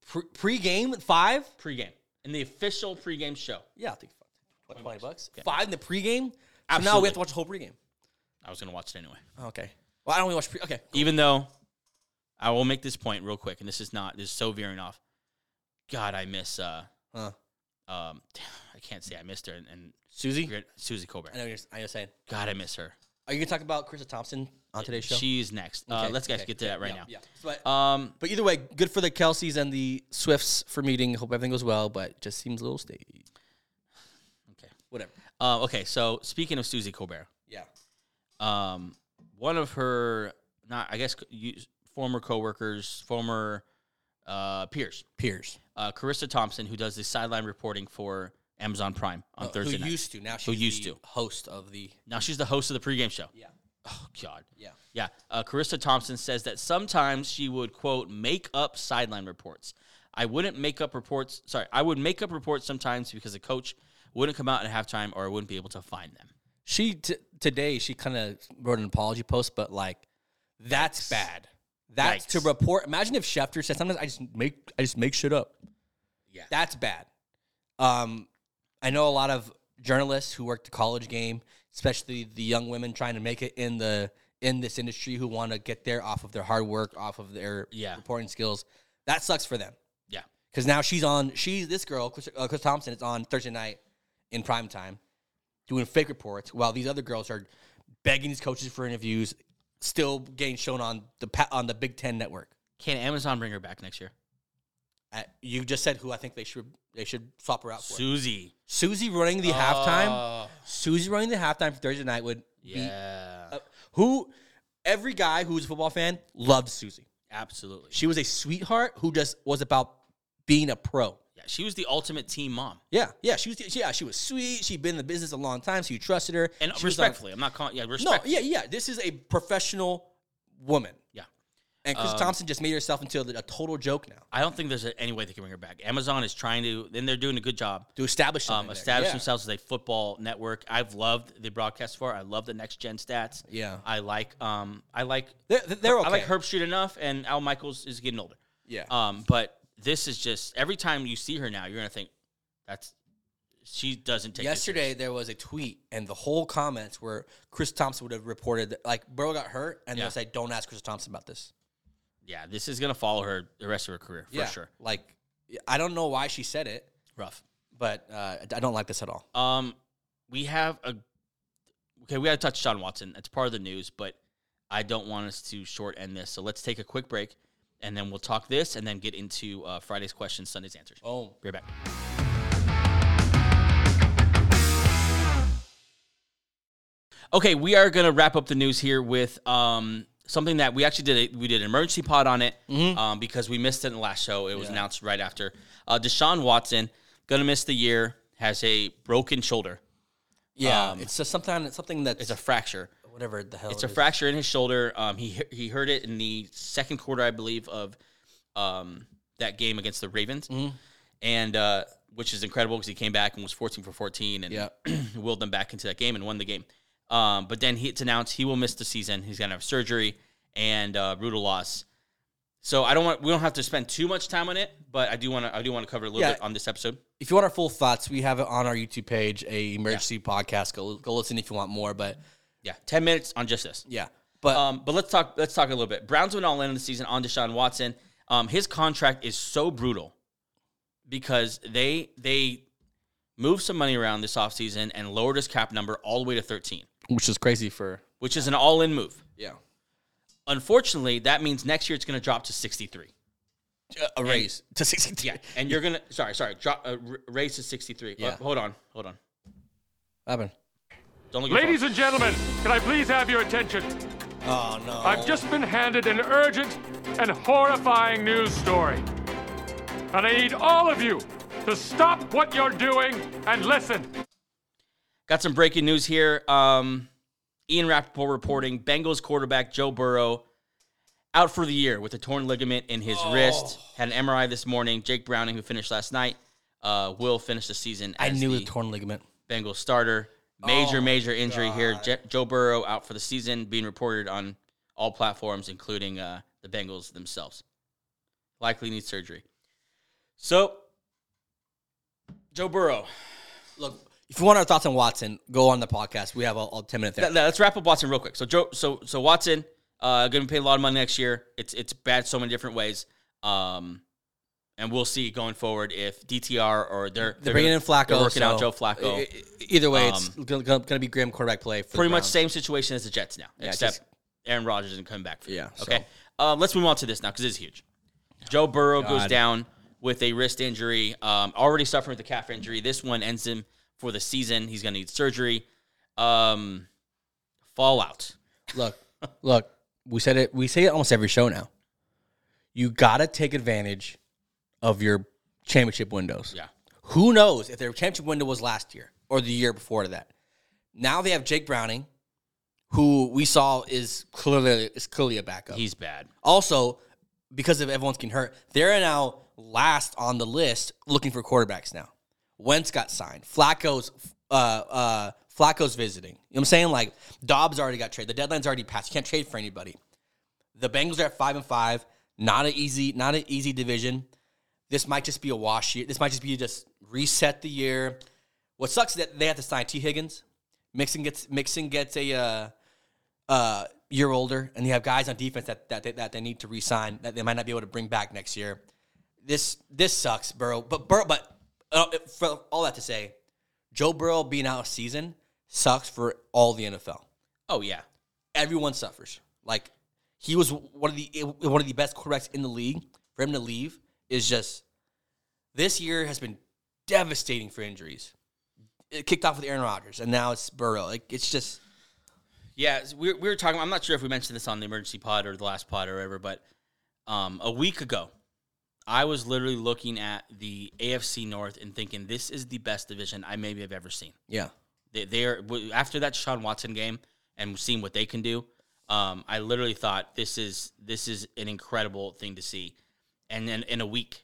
Speaker 1: pre- pre-game five.
Speaker 2: Pregame in the official pregame show.
Speaker 1: Yeah, I'll take five. What, twenty bucks. Five in the pregame. So now
Speaker 2: Absolutely.
Speaker 1: we have to watch the whole pregame.
Speaker 2: I was going to watch it anyway.
Speaker 1: Oh, okay. Well, I don't want to watch pre. Okay.
Speaker 2: even though I will make this point real quick, and this is not this is so veering off. God, I miss uh
Speaker 1: Huh.
Speaker 2: um I can't say I missed her and, and
Speaker 1: Susie.
Speaker 2: great- Susie Colbert.
Speaker 1: I know you're. I know you're saying.
Speaker 2: God, I miss her.
Speaker 1: Are you gonna talk about Krista Thompson on today's show?
Speaker 2: She's next. uh,
Speaker 1: Okay,
Speaker 2: let's guys
Speaker 1: okay,
Speaker 2: get to that right
Speaker 1: yeah,
Speaker 2: now.
Speaker 1: Yeah. But, uh,
Speaker 2: Um,
Speaker 1: but either way, good for the Kelseys and the Swifts for meeting. Hope everything goes well, but just seems a little staged.
Speaker 2: Okay.
Speaker 1: Whatever.
Speaker 2: uh, okay. So speaking of Susie Colbert,
Speaker 1: Yeah.
Speaker 2: um, one of her not I guess you, former coworkers, former uh, peers,
Speaker 1: Piers.
Speaker 2: uh, Carissa Thompson, who does the sideline reporting for Amazon Prime on Thursday
Speaker 1: Oh, Who
Speaker 2: night.
Speaker 1: used to. Now she's
Speaker 2: used
Speaker 1: the
Speaker 2: to.
Speaker 1: host of the.
Speaker 2: now she's the host of the pregame show.
Speaker 1: Yeah.
Speaker 2: Oh God.
Speaker 1: Yeah.
Speaker 2: Yeah, uh, Carissa Thompson says that sometimes she would quote make up sideline reports. I wouldn't make up reports. Sorry, I would make up reports sometimes because the coach wouldn't come out at halftime, or I wouldn't be able to find them.
Speaker 1: She t- today she kind of wrote an apology post, but like that's bad. That's to
Speaker 2: Yikes.
Speaker 1: report. Imagine if Schefter said sometimes I just make I just make shit up.
Speaker 2: Yeah.
Speaker 1: that's bad. Um, I know a lot of journalists who work the college game, especially the young women trying to make it in the in this industry who want to get there off of their hard work, off of their
Speaker 2: Yeah.
Speaker 1: reporting skills. That sucks for them
Speaker 2: Yeah,
Speaker 1: because now she's on. She's this girl, Chris, uh, Chris Thompson, is on Thursday night in prime time doing fake reports, while these other girls are begging these coaches for interviews, still getting shown on the pa- on the Big Ten network.
Speaker 2: can Amazon bring her back next year?
Speaker 1: Uh, you just said who I think they should they should swap her out for.
Speaker 2: Susie, Oh,
Speaker 1: Susie running the halftime. Susie running the halftime for Thursday night would be
Speaker 2: Uh. Yeah,
Speaker 1: uh, who every guy who's a football fan loved Susie.
Speaker 2: absolutely.
Speaker 1: She was a sweetheart who just was about being a pro.
Speaker 2: Yeah, she was the ultimate team mom,
Speaker 1: Yeah, yeah, she was. Yeah, she was sweet. She'd been in the business a long time, so you trusted her.
Speaker 2: and
Speaker 1: She was on-
Speaker 2: respectfully, I'm not calling. Yeah, respectfully.
Speaker 1: no, yeah, yeah. This is a professional woman,
Speaker 2: yeah.
Speaker 1: and Chris
Speaker 2: Um,
Speaker 1: Thompson just made herself into a, a total joke now
Speaker 2: I don't think there's any way they can bring her back. Amazon is trying to, and they're doing a good job.
Speaker 1: to establish
Speaker 2: um,
Speaker 1: something there.
Speaker 2: establish
Speaker 1: Yeah.
Speaker 2: themselves as a football network. I've loved the broadcast for. it. I love the next gen stats.
Speaker 1: Yeah.
Speaker 2: I like um I like
Speaker 1: They're, they're okay.
Speaker 2: I like Herb Street enough, and Al Michaels is getting older.
Speaker 1: Yeah,
Speaker 2: Um, but this is just every time you see her now, you're gonna think that's she doesn't take this
Speaker 1: Yesterday there was a tweet and the whole comments were Chris Thompson would have reported that like bro got hurt and
Speaker 2: Yeah.
Speaker 1: they'll say don't ask Chris Thompson about this.
Speaker 2: serious. yeah, this is gonna follow her the rest of her career for
Speaker 1: Yeah,
Speaker 2: sure.
Speaker 1: Like I don't know why she said it,
Speaker 2: Rough.
Speaker 1: but uh, I don't like this at all.
Speaker 2: Um, we have a okay. We got to touch Sean Watson. That's part of the news, but I don't want us to short end this. So let's take a quick break, and then we'll talk this, and then get into uh, Friday's questions, Sunday's answers.
Speaker 1: Oh,
Speaker 2: Be right back. Okay, we are gonna wrap up the news here with um, something that we actually did. A, we did an emergency pod on it um, because we missed it in the last show. It was announced right after uh, Deshaun Watson gonna miss the year has a broken shoulder.
Speaker 1: yeah. it's just something something that's
Speaker 2: Um, It's a fracture.
Speaker 1: whatever the hell.
Speaker 2: It's a fracture in his shoulder. Um, he he heard it in the second quarter, I believe, of um, that game against the Ravens, and uh, which is incredible because he came back and was 14 for 14 and
Speaker 1: Yeah.
Speaker 2: willed them back into that game and won the game. Um, but then he, it's announced he will miss the season. He's going to have surgery and uh, brutal loss. So I don't want we don't have to spend too much time on it, but I do want to I do want to cover it a little
Speaker 1: Yeah.
Speaker 2: bit on this episode.
Speaker 1: If you want our full thoughts, we have it on our YouTube page, a emergency podcast. Go go listen if you want more. But
Speaker 2: Yeah, ten minutes on just this.
Speaker 1: yeah, but
Speaker 2: Um, but let's talk. Let's talk a little bit. Browns went all in on the season on Deshaun Watson. Um, his contract is so brutal because they they moved some money around this offseason and lowered his cap number all the way to thirteen,
Speaker 1: which is crazy for
Speaker 2: which is an all in move.
Speaker 1: yeah
Speaker 2: Unfortunately, that means next year it's going to drop to sixty three.
Speaker 1: a raise to sixty three.
Speaker 2: Yeah, and you're gonna sorry sorry drop uh, r- raise to sixty three.
Speaker 1: Yeah.
Speaker 2: hold on, hold on.
Speaker 1: Robin.
Speaker 2: Don't look. At your phone.
Speaker 3: Ladies and gentlemen, can I please have your attention?
Speaker 1: Oh no!
Speaker 3: I've just been handed an urgent and horrifying news story. And I need all of you to stop what you're doing and listen.
Speaker 2: Got some breaking news here. Um, Ian Rappaport reporting Bengals quarterback Joe Burrow out for the year with a torn ligament in
Speaker 1: Oh.
Speaker 2: his wrist. Had an MRI this morning. Jake Browning, who finished last night, uh, will finish the season
Speaker 1: I
Speaker 2: as
Speaker 1: knew Oh the
Speaker 2: the
Speaker 1: torn ligament.
Speaker 2: Bengals starter. Major, major injury here. Je- Joe Burrow out for the season, being reported on all platforms, including uh, the Bengals themselves. Likely needs surgery. So, Joe Burrow.
Speaker 1: Look, if you want our thoughts on Watson, go on the podcast. We have all, all ten minute there.
Speaker 2: Th- let's wrap up Watson real quick. So Joe, so so Watson, uh, going to pay a lot of money next year. It's it's bad so many different ways. Um, and we'll see going forward if DTR or they're
Speaker 1: They're bringing in Flacco.
Speaker 2: they're working out
Speaker 1: so-
Speaker 2: Joe Flacco.
Speaker 1: E- e- Either way, it's going to be Graham quarterback play. For the
Speaker 2: Pretty much
Speaker 1: Browns.
Speaker 2: same situation as the Jets now, except
Speaker 1: just-
Speaker 2: Aaron Rodgers didn't come back. For
Speaker 1: Yeah, so-
Speaker 2: Okay. Um, let's move on to this now because it's huge. Joe Burrow goes
Speaker 1: God.
Speaker 2: down with a wrist injury. Um, already suffering with a calf injury. This one ends him for the season. He's going to need surgery. Um, fallout.
Speaker 1: Look, look, we said it. We say it almost every show now. You gotta take advantage of your championship windows.
Speaker 2: Yeah.
Speaker 1: Who knows if their championship window was last year or the year before that? Now they have Jake Browning, who we saw is clearly is clearly a backup.
Speaker 2: He's bad.
Speaker 1: also because of everyone's getting hurt, they're now last on the list looking for quarterbacks now. Wentz got signed. Flacco's uh uh Flacco's visiting. You know what I'm saying? Like Dobbs already got traded. The deadline's already passed. You can't trade for anybody. The Bengals are at five and five. Not an easy, not an easy division. This might just be a wash year. This might just be just reset the year. What sucks is that they have to sign T. Higgins. Mixon gets Mixon gets a uh, uh, year older, and you have guys on defense that that they, that they need to re-sign that they might not be able to bring back next year. This this sucks, Burrow. But Burrow, but uh, for all that to say, Joe Burrow being out of season sucks for all the NFL.
Speaker 2: Oh yeah.
Speaker 1: Everyone suffers. Like he was one of the one of the best quarterbacks in the league. For him to leave is just this year has been devastating for injuries. It kicked off with Aaron Rodgers, and now it's Burrow. Like it's just
Speaker 2: Yeah, so we, we were talking. I'm not sure if we mentioned this on the emergency pod or the last pod or whatever, but um, a week ago, I was literally looking at the AFC North and thinking this is the best division I maybe have ever seen.
Speaker 1: yeah.
Speaker 2: They, they are w- after that Sean Watson game and seeing what they can do. Um, I literally thought this is this is an incredible thing to see. And then in a week,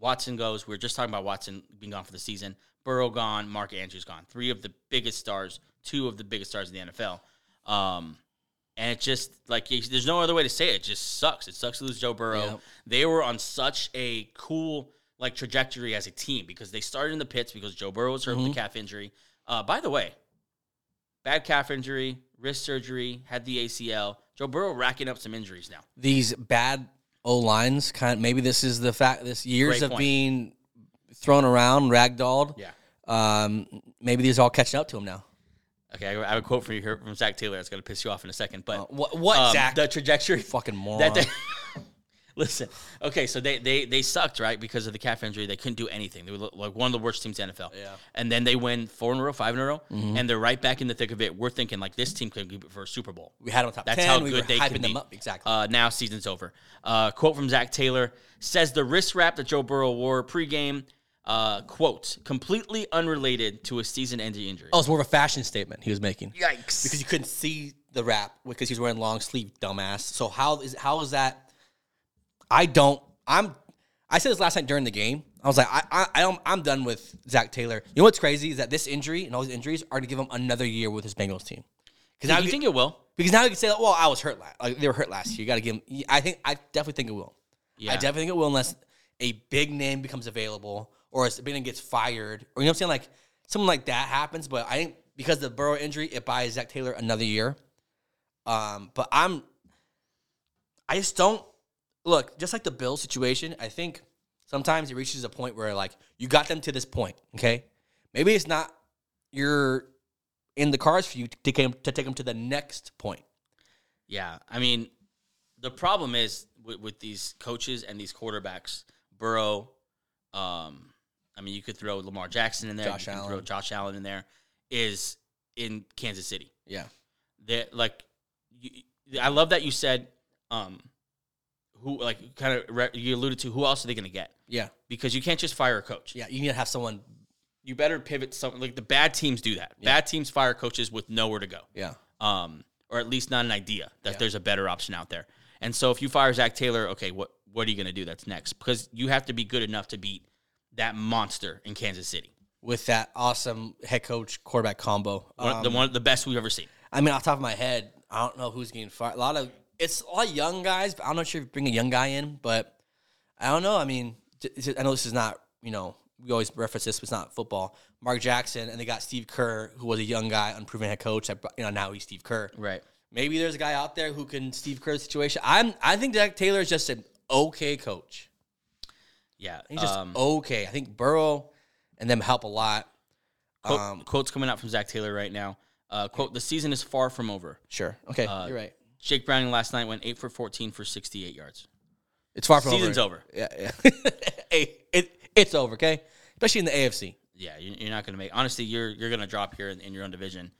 Speaker 2: Watson goes. We were just talking about Watson being gone for the season. Burrow gone. Mark Andrews gone. Three of the biggest stars. Two of the biggest stars in the NFL. Um, and it just like you- there's no other way to say it. It just sucks. It sucks to lose Joe Burrow.
Speaker 1: Yeah.
Speaker 2: They were on such a cool like trajectory as a team because they started in the pits because Joe Burrow was hurt with a calf injury. Uh, by the way, bad calf injury, wrist surgery, had the ACL. Joe Burrow racking up some injuries now.
Speaker 1: these bad O lines kind of maybe this is the fact this years
Speaker 2: Great
Speaker 1: of
Speaker 2: point.
Speaker 1: being thrown around, ragdolled.
Speaker 2: Yeah.
Speaker 1: Um, maybe these are all catching up to him now.
Speaker 2: Okay, I I have a quote for you here from Zach Taylor. It's gonna piss you off in a second, but
Speaker 1: What, what
Speaker 2: um,
Speaker 1: Zach?
Speaker 2: the trajectory
Speaker 1: fucking moron.
Speaker 2: that they, listen. Okay, so they, they they sucked right because of the calf injury. They couldn't do anything. They were lo- like one of the worst teams in the NFL.
Speaker 1: Yeah. Mm-hmm.
Speaker 2: And then they win four in a row, five in a row, and they're right back in the thick of it. We're thinking like this team could compete for a Super Bowl.
Speaker 1: we had them top
Speaker 2: That's
Speaker 1: ten.
Speaker 2: how
Speaker 1: we
Speaker 2: good
Speaker 1: were
Speaker 2: they
Speaker 1: hyping
Speaker 2: can be.
Speaker 1: them up exactly.
Speaker 2: Uh, now season's over. Uh, quote from Zach Taylor says the wrist wrap that Joe Burrow wore pregame. Uh, quote completely unrelated to a season-ending injury.
Speaker 1: oh, it's more of a fashion statement he was making
Speaker 2: yikes!
Speaker 1: because you couldn't see the wrap because he's wearing long sleeve, dumbass. So how is how is that? I don't. I'm. I said this last night during the game. I was like, I, I, I don't, I'm done with Zach Taylor. You know what's crazy is that this injury and all these injuries are going to give him another year with his Bengals team. Because now,
Speaker 2: you
Speaker 1: he-
Speaker 2: think it will?
Speaker 1: because now he can say, well, I was hurt last, like they were hurt last year. You got to give him. I think I definitely think it will.
Speaker 2: Yeah.
Speaker 1: I definitely think it will unless a big name becomes available or a big name gets fired or you know what I'm saying, like something like that happens. But I think because of the Burrow injury, it buys Zach Taylor another year. Um, but I'm, I just don't look just like the Bill situation. I think sometimes it reaches a point where like you got them to this point. Okay, maybe it's not you're in the cars for you to take them to take them to the next point.
Speaker 2: Yeah, I mean, the problem is with, with these coaches and these quarterbacks, Burrow. Um, I mean, you could throw Lamar Jackson in there.
Speaker 1: Josh
Speaker 2: you could
Speaker 1: Allen.
Speaker 2: Throw Josh Allen in there. Is in Kansas City.
Speaker 1: Yeah,
Speaker 2: They're, like, you, I love that you said, um, who like kind of re- you alluded to who else are they going to get
Speaker 1: yeah,
Speaker 2: because you can't just fire a coach.
Speaker 1: yeah. You need to have someone.
Speaker 2: You better pivot something. Like the bad teams do that. Bad teams fire coaches with nowhere to go
Speaker 1: Yeah,
Speaker 2: um, or at least not an idea that
Speaker 1: Yeah.
Speaker 2: there's a better option out there. And so if you fire Zach Taylor, okay, what what are you going to do that's next? Because you have to be good enough to beat that monster in Kansas City,
Speaker 1: with that awesome head coach quarterback combo.
Speaker 2: one,
Speaker 1: Um,
Speaker 2: the one the best we've ever seen.
Speaker 1: I mean, off the top of my head, I don't know who's getting fired. A lot of it's a lot of young guys, but I'm not sure if you bring a young guy in. But I don't know. I mean, j- j- I know this is not you know we always reference this, but it's not football. Mark Jackson, and they got Steve Kerr, who was a young guy, unproven head coach. That brought- you know now he's Steve Kerr.
Speaker 2: Right.
Speaker 1: Maybe there's a guy out there who can Steve Kerr the situation. I'm I think Zach Taylor is just an okay coach.
Speaker 2: Yeah.
Speaker 1: He's just
Speaker 2: um,
Speaker 1: okay. I think Burrow and them help a lot.
Speaker 2: quote-
Speaker 1: um,
Speaker 2: quotes coming out from Zach Taylor right now. Uh, quote: The season is far from over.
Speaker 1: Sure. Okay. you're right.
Speaker 2: Jake Browning last night went eight for fourteen for sixty-eight yards.
Speaker 1: It's far from
Speaker 2: Season's
Speaker 1: over.
Speaker 2: over.
Speaker 1: Yeah, yeah. hey, it it's over, okay? Especially in the AFC.
Speaker 2: Yeah, you- you're not going to make. Honestly, you're you're going to drop here in, in your own division.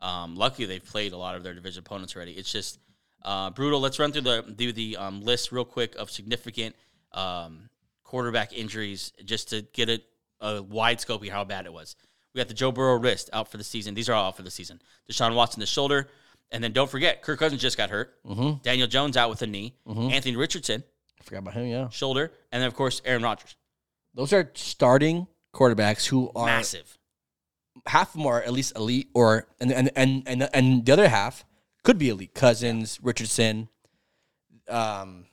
Speaker 2: Um, lucky they've played a lot of their division opponents already. It's just uh, brutal. Let's run through the do the um, list real quick of significant um, quarterback injuries just to get a, a wide scope of how bad it was. We got the Joe Burrow wrist out for the season. These are all out for the season. Deshaun Watson the shoulder, and then don't forget Kirk Cousins just got hurt. Daniel Jones out with a knee. Anthony Richardson
Speaker 1: I forgot about him. Yeah,
Speaker 2: shoulder, and then of course Aaron Rodgers.
Speaker 1: those are starting quarterbacks who are
Speaker 2: Massive.
Speaker 1: half of them are at least elite, or and and and and, and the other half could be elite. Cousins, Richardson. Um,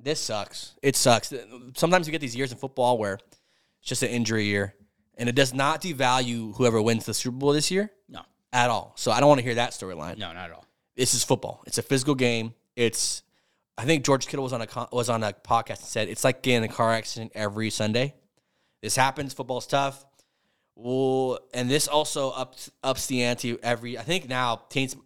Speaker 1: this sucks. It sucks. Sometimes you get these years in football where it's just an injury year, and it does not devalue whoever wins the Super Bowl this year
Speaker 2: No,
Speaker 1: at all. So I don't want to hear that storyline.
Speaker 2: no, not at all.
Speaker 1: this is football. It's a physical game. It's I think George Kittle was on a con- was on a podcast and said it's like getting in a car accident every Sunday. This happens. Football's tough. Well, and this also ups ups the ante every. I think now teams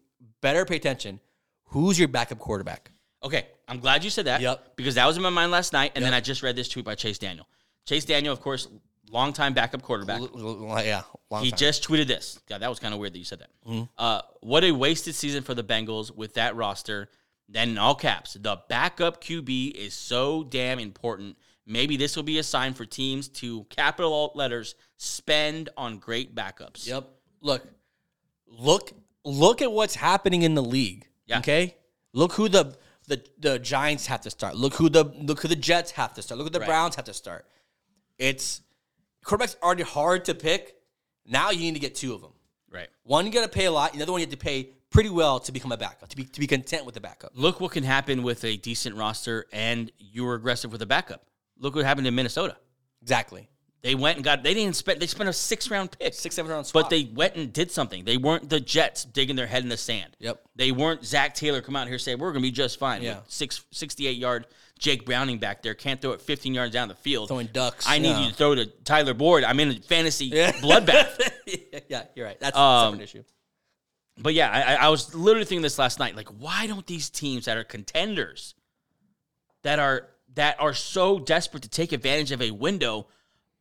Speaker 1: better pay attention. Who's your backup quarterback?
Speaker 2: Okay, I'm glad you said that.
Speaker 1: Yep.
Speaker 2: Because that was in my mind last night, and then I just read this tweet by Chase Daniel. Chase Daniel, of course, longtime backup quarterback.
Speaker 1: L- l- l- yeah, long
Speaker 2: He
Speaker 1: time.
Speaker 2: just tweeted this. God, that was kind of weird that you said that.
Speaker 1: Mm-hmm.
Speaker 2: Uh, what a wasted season for the Bengals with that roster. Then in all caps, the backup QB is so damn important. Maybe this will be a sign for teams to capital letters spend on great backups.
Speaker 1: Yep. Look, look, look at what's happening in the league.
Speaker 2: Yeah.
Speaker 1: Okay. Look who the the the Giants have to start. Look who the look who the Jets have to start. Look who the
Speaker 2: Right.
Speaker 1: Browns have to start. It's quarterbacks are already hard to pick. Now you need to get two of them.
Speaker 2: Right.
Speaker 1: One you got to pay a lot. The other one you have to pay pretty well to become a backup. To be to be content with the backup.
Speaker 2: Look what can happen with a decent roster, and you were aggressive with a backup. Look what happened in Minnesota.
Speaker 1: Exactly.
Speaker 2: They went and got. They didn't spend. They spent a six round pick,
Speaker 1: Six seven round spot.
Speaker 2: but they went and did something. They weren't the Jets digging their head in the sand.
Speaker 1: Yep.
Speaker 2: They weren't Zach Taylor come out here saying we're going to be just fine.
Speaker 1: Yeah.
Speaker 2: With six, 68 yard Jake Browning back there can't throw it fifteen yards down the field.
Speaker 1: throwing ducks.
Speaker 2: I need
Speaker 1: Yeah.
Speaker 2: you to throw to Tyler Boyd. I'm in a fantasy bloodbath.
Speaker 1: yeah, you're right. That's a
Speaker 2: Um,
Speaker 1: separate issue.
Speaker 2: But yeah, I, I- I was literally thinking this last night. Like, why don't these teams that are contenders, that are that are so desperate to take advantage of a window,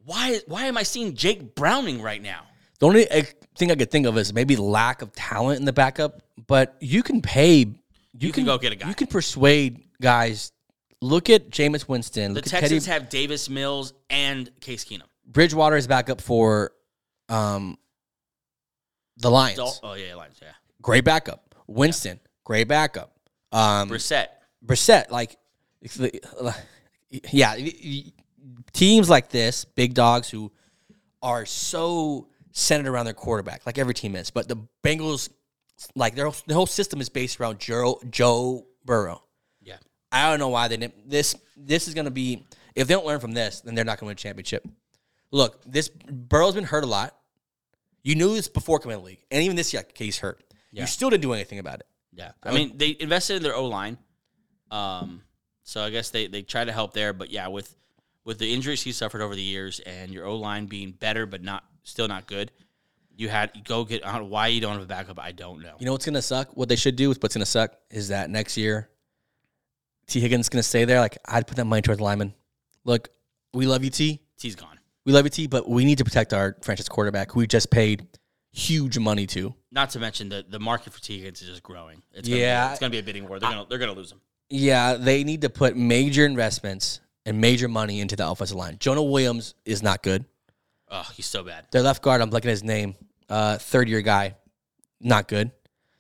Speaker 2: why why am I seeing Jake Browning right now?
Speaker 1: The only uh, thing I could think of is maybe lack of talent in the backup, but you can pay. You,
Speaker 2: can go get a guy.
Speaker 1: You can persuade guys. Look at Jameis Winston.
Speaker 2: The
Speaker 1: Look at
Speaker 2: Texans
Speaker 1: Teddy
Speaker 2: have Davis Mills and Case Keenum.
Speaker 1: Bridgewater is backup for um, the Lions.
Speaker 2: Dol- oh yeah, Lions. Yeah,
Speaker 1: Great backup. Winston, great backup. Um,
Speaker 2: Brissett.
Speaker 1: Brissett, like, it's the- yeah, uh, y- y- teams like this, big dogs who are so centered around their quarterback, like every team is. But the Bengals, like their whole- their whole system is based around Joe Joe Burrow.
Speaker 2: Yeah.
Speaker 1: I don't know why they didn't. This this is going to be if they don't learn from this, then they're not going to win a championship. Look, this Burrow's been hurt a lot. You knew this before coming to the league, and even this year, okay, he's hurt.
Speaker 2: Yeah.
Speaker 1: You still didn't do anything about it.
Speaker 2: Yeah, I mean they invested in their O line, um, so I guess they they try to help there. But yeah, with with the injuries he suffered over the years and your O line being better but not still not good, you had you go get I don't know why you don't have a backup. I don't know.
Speaker 1: You know what's going to suck? What they should do is what's going to suck is that next year, T Higgins going to stay there. Like I'd put that money towards lineman. Look, we love you, T.
Speaker 2: He's gone.
Speaker 1: We love you, T. But we need to protect our franchise quarterback, who we just paid huge money to.
Speaker 2: Not to mention the the market for T Higgins is just growing. It's gonna
Speaker 1: Yeah.
Speaker 2: be, it's gonna be a bidding war. They're gonna they're gonna lose him.
Speaker 1: Yeah, they need to put major investments and major money into the offensive line. Jonah Williams is not good.
Speaker 2: Oh, he's so bad.
Speaker 1: Their left guard, I'm blanking his name, uh, third year guy, not good.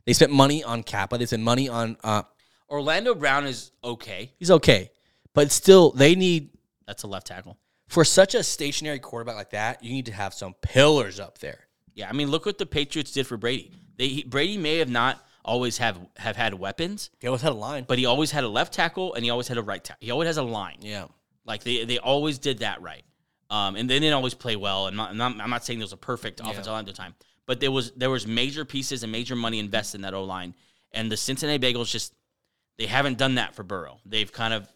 Speaker 1: They spent money on Kappa. They spent money on uh,
Speaker 2: Orlando Brown is okay.
Speaker 1: he's okay, but still they need
Speaker 2: That's a left tackle.
Speaker 1: for such a stationary quarterback like that. You need to have some pillars up there.
Speaker 2: Yeah, I mean look what the Patriots did for Brady. They he, Brady may have not always have have had weapons.
Speaker 1: They always had a line, but
Speaker 2: but he always had a left tackle and he always had a right tackle. He always has a line.
Speaker 1: yeah,
Speaker 2: Like they, they always did that right. Um, and they didn't always play well. And I'm not, I'm not saying there was a perfect offensive line at the time, but there was there was major pieces and major money invested in that O line. And the Cincinnati Bengals just they haven't done that for Burrow. They've kind of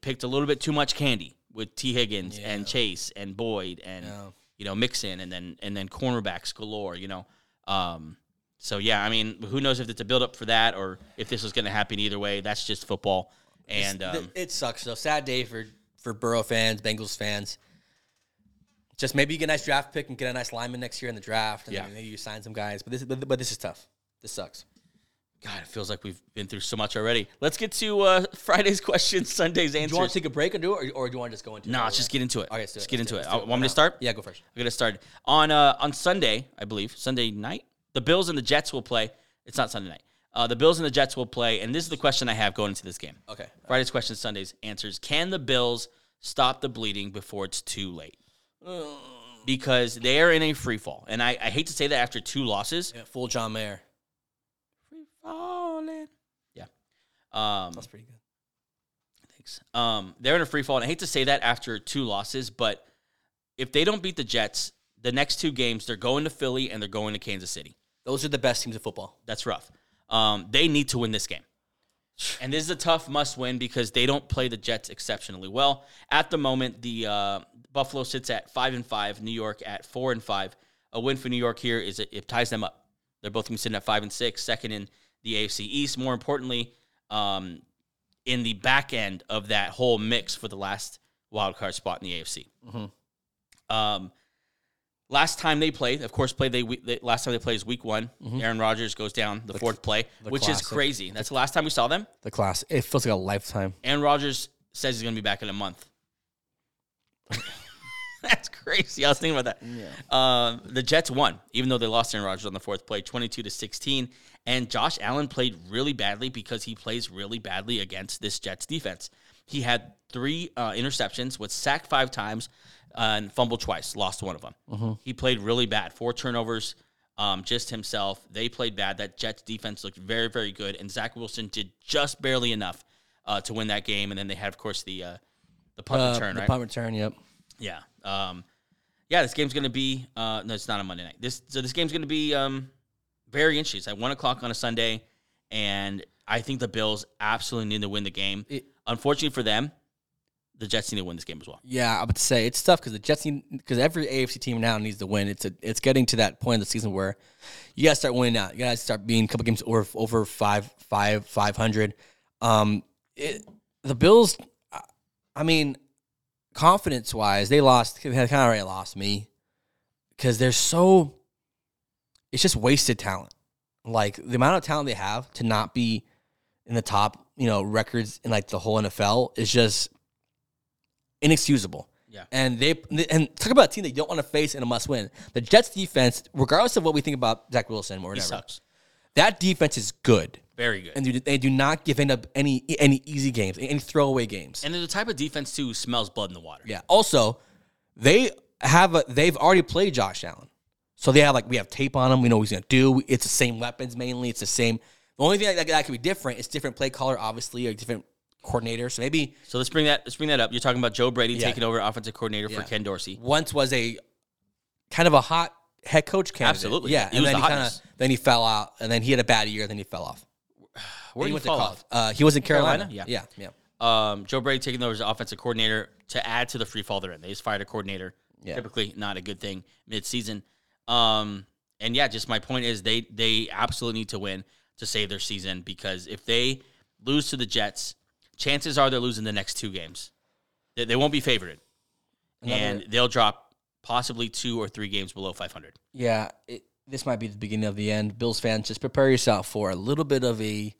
Speaker 2: picked a little bit too much candy with T Higgins and Chase and Boyd and
Speaker 1: Yeah.
Speaker 2: you know Mixon and then and then cornerbacks galore. You know. Um, so yeah, I mean, who knows if it's a build up for that or if this was going to happen either way. That's just football. And
Speaker 1: Th-
Speaker 2: um,
Speaker 1: it sucks though. Sad day for for Burrow fans, Bengals fans. Just maybe you get a nice draft pick and get a nice lineman next year in the draft, and
Speaker 2: Yeah.
Speaker 1: then maybe you sign some guys. But this but, but this is tough. This sucks.
Speaker 2: God, it feels like we've been through so much already. Let's get to uh, Friday's questions, Sunday's
Speaker 1: Do you want to
Speaker 2: answers.
Speaker 1: take a break and do it, or, or do you want to just go into?
Speaker 2: No,
Speaker 1: it?
Speaker 2: let's just get into it.
Speaker 1: Okay, let's do
Speaker 2: Let's
Speaker 1: it.
Speaker 2: get
Speaker 1: Let's
Speaker 2: into
Speaker 1: do
Speaker 2: it. I
Speaker 1: it. Let's do it.
Speaker 2: want
Speaker 1: Why
Speaker 2: me to
Speaker 1: not?
Speaker 2: start?
Speaker 1: Yeah, go first.
Speaker 2: I'm gonna start on uh, on Sunday, I believe. Sunday night, the Bills and the Jets will play. It's not Sunday night. Uh, the Bills and the Jets will play, and this is the question I have going into this game.
Speaker 1: Okay.
Speaker 2: Friday's questions, Sunday's answers. Can the Bills stop the bleeding before it's too late? Because they are in a free fall, and I, I hate to say that after two losses.
Speaker 1: Yeah, full John Mayer.
Speaker 2: Free falling. Yeah. Um,
Speaker 1: That's pretty good.
Speaker 2: Thanks. Um, they're in a free fall, and I hate to say that after two losses, but if they don't beat the Jets, the next two games they're going to Philly and they're going to Kansas City.
Speaker 1: Those are the best teams in football.
Speaker 2: That's rough. Um, they need to win this game, and this is a tough must-win because they don't play the Jets exceptionally well at the moment. The uh, Buffalo sits at five and five, New York at four and five. A win for New York here is it, it ties them up. They're both going to be sitting at five and six, second in the AFC East. More importantly, um, in the back end of that whole mix for the last wild card spot in the AFC. Um, last time they played, of course, played they, we- they last time they played is week one. Aaron Rodgers goes down Mm-hmm. the, fourth play, which
Speaker 1: classic.
Speaker 2: is crazy. That's the last time we saw them.
Speaker 1: The class. It feels like a lifetime.
Speaker 2: Aaron Rodgers says he's going to be back in a month. That's crazy. I was thinking about that. Um, the Jets won, even though they lost Aaron Rodgers on the fourth play, twenty-two to sixteen. And Josh Allen played really badly because he plays really badly against this Jets defense. He had three uh, interceptions, was sacked five times, uh, and fumbled twice. Lost one of them.
Speaker 1: Mm-hmm.
Speaker 2: He played really bad. Four turnovers. Um, just himself. They played bad. That Jets defense looked very, very good, and Zach Wilson did just barely enough uh, to win that game. And then they had, of course, the uh, the punt
Speaker 1: Uh,
Speaker 2: return,
Speaker 1: the
Speaker 2: right?
Speaker 1: punt return. Yep.
Speaker 2: Yeah. Um, yeah, this game's gonna be uh, no, it's not on Monday night. This so this game's gonna be um, very interesting. It's at one o'clock on a Sunday, and I think the Bills absolutely need to win the game.
Speaker 1: It-
Speaker 2: Unfortunately for them, the Jets need to win this game as well.
Speaker 1: Yeah, I would say it's tough because the Jets need because every AFC team now needs to win. It's a, it's getting to that point of the season where you gotta start winning out. You gotta start being a couple games over over five five five hundred. Um, it, the Bills, I- I mean, confidence wise, they lost. They kind of already lost me because they're so. It's just wasted talent. Like the amount of talent they have to not be in the top, you know, records in like the whole NFL is just inexcusable.
Speaker 2: Yeah.
Speaker 1: And they and talk about a team that you don't want to face in a must win. The Jets defense, regardless of what we think about Zach Wilson or whatever,
Speaker 2: Sucks.
Speaker 1: That defense is good,
Speaker 2: Very good.
Speaker 1: and they do- they do not give in up any any easy games, any throwaway games.
Speaker 2: And they're the type of defense too who smells blood in the water.
Speaker 1: Yeah. Also, they have a they've already played Josh Allen, so they have like we have tape on him. We know what he's gonna do. It's the same weapons mainly. It's the same. The only thing that, that could be different is different play caller, obviously, or different coordinator. So maybe
Speaker 2: So let's bring that let's bring that up. You're talking about Joe Brady
Speaker 1: Yeah.
Speaker 2: taking over offensive coordinator
Speaker 1: Yeah.
Speaker 2: for Ken Dorsey.
Speaker 1: once was a kind of a hot head coach candidate.
Speaker 2: Absolutely.
Speaker 1: Yeah.
Speaker 2: He
Speaker 1: and
Speaker 2: was
Speaker 1: then
Speaker 2: the
Speaker 1: he kind of
Speaker 2: hottest.
Speaker 1: then he fell out, and then he had a bad year, then he fell off.
Speaker 2: Where
Speaker 1: he
Speaker 2: do you
Speaker 1: went
Speaker 2: fall
Speaker 1: to
Speaker 2: off?
Speaker 1: college. Uh, he was in Carolina.
Speaker 2: Carolina?
Speaker 1: Yeah. Yeah.
Speaker 2: Um, Joe Brady taking over as offensive coordinator to add to the free fall they're in. They just fired a coordinator.
Speaker 1: Yeah.
Speaker 2: Typically not a good thing mid-season. Um, and yeah, just my point is they they absolutely need to win to save their season because if they lose to the Jets, chances are they're losing the next two games. They, they won't be favored, and they'll drop possibly two or three games below 500.
Speaker 1: Yeah, it, this might be the beginning of the end. Bills fans, just prepare yourself for a little bit of a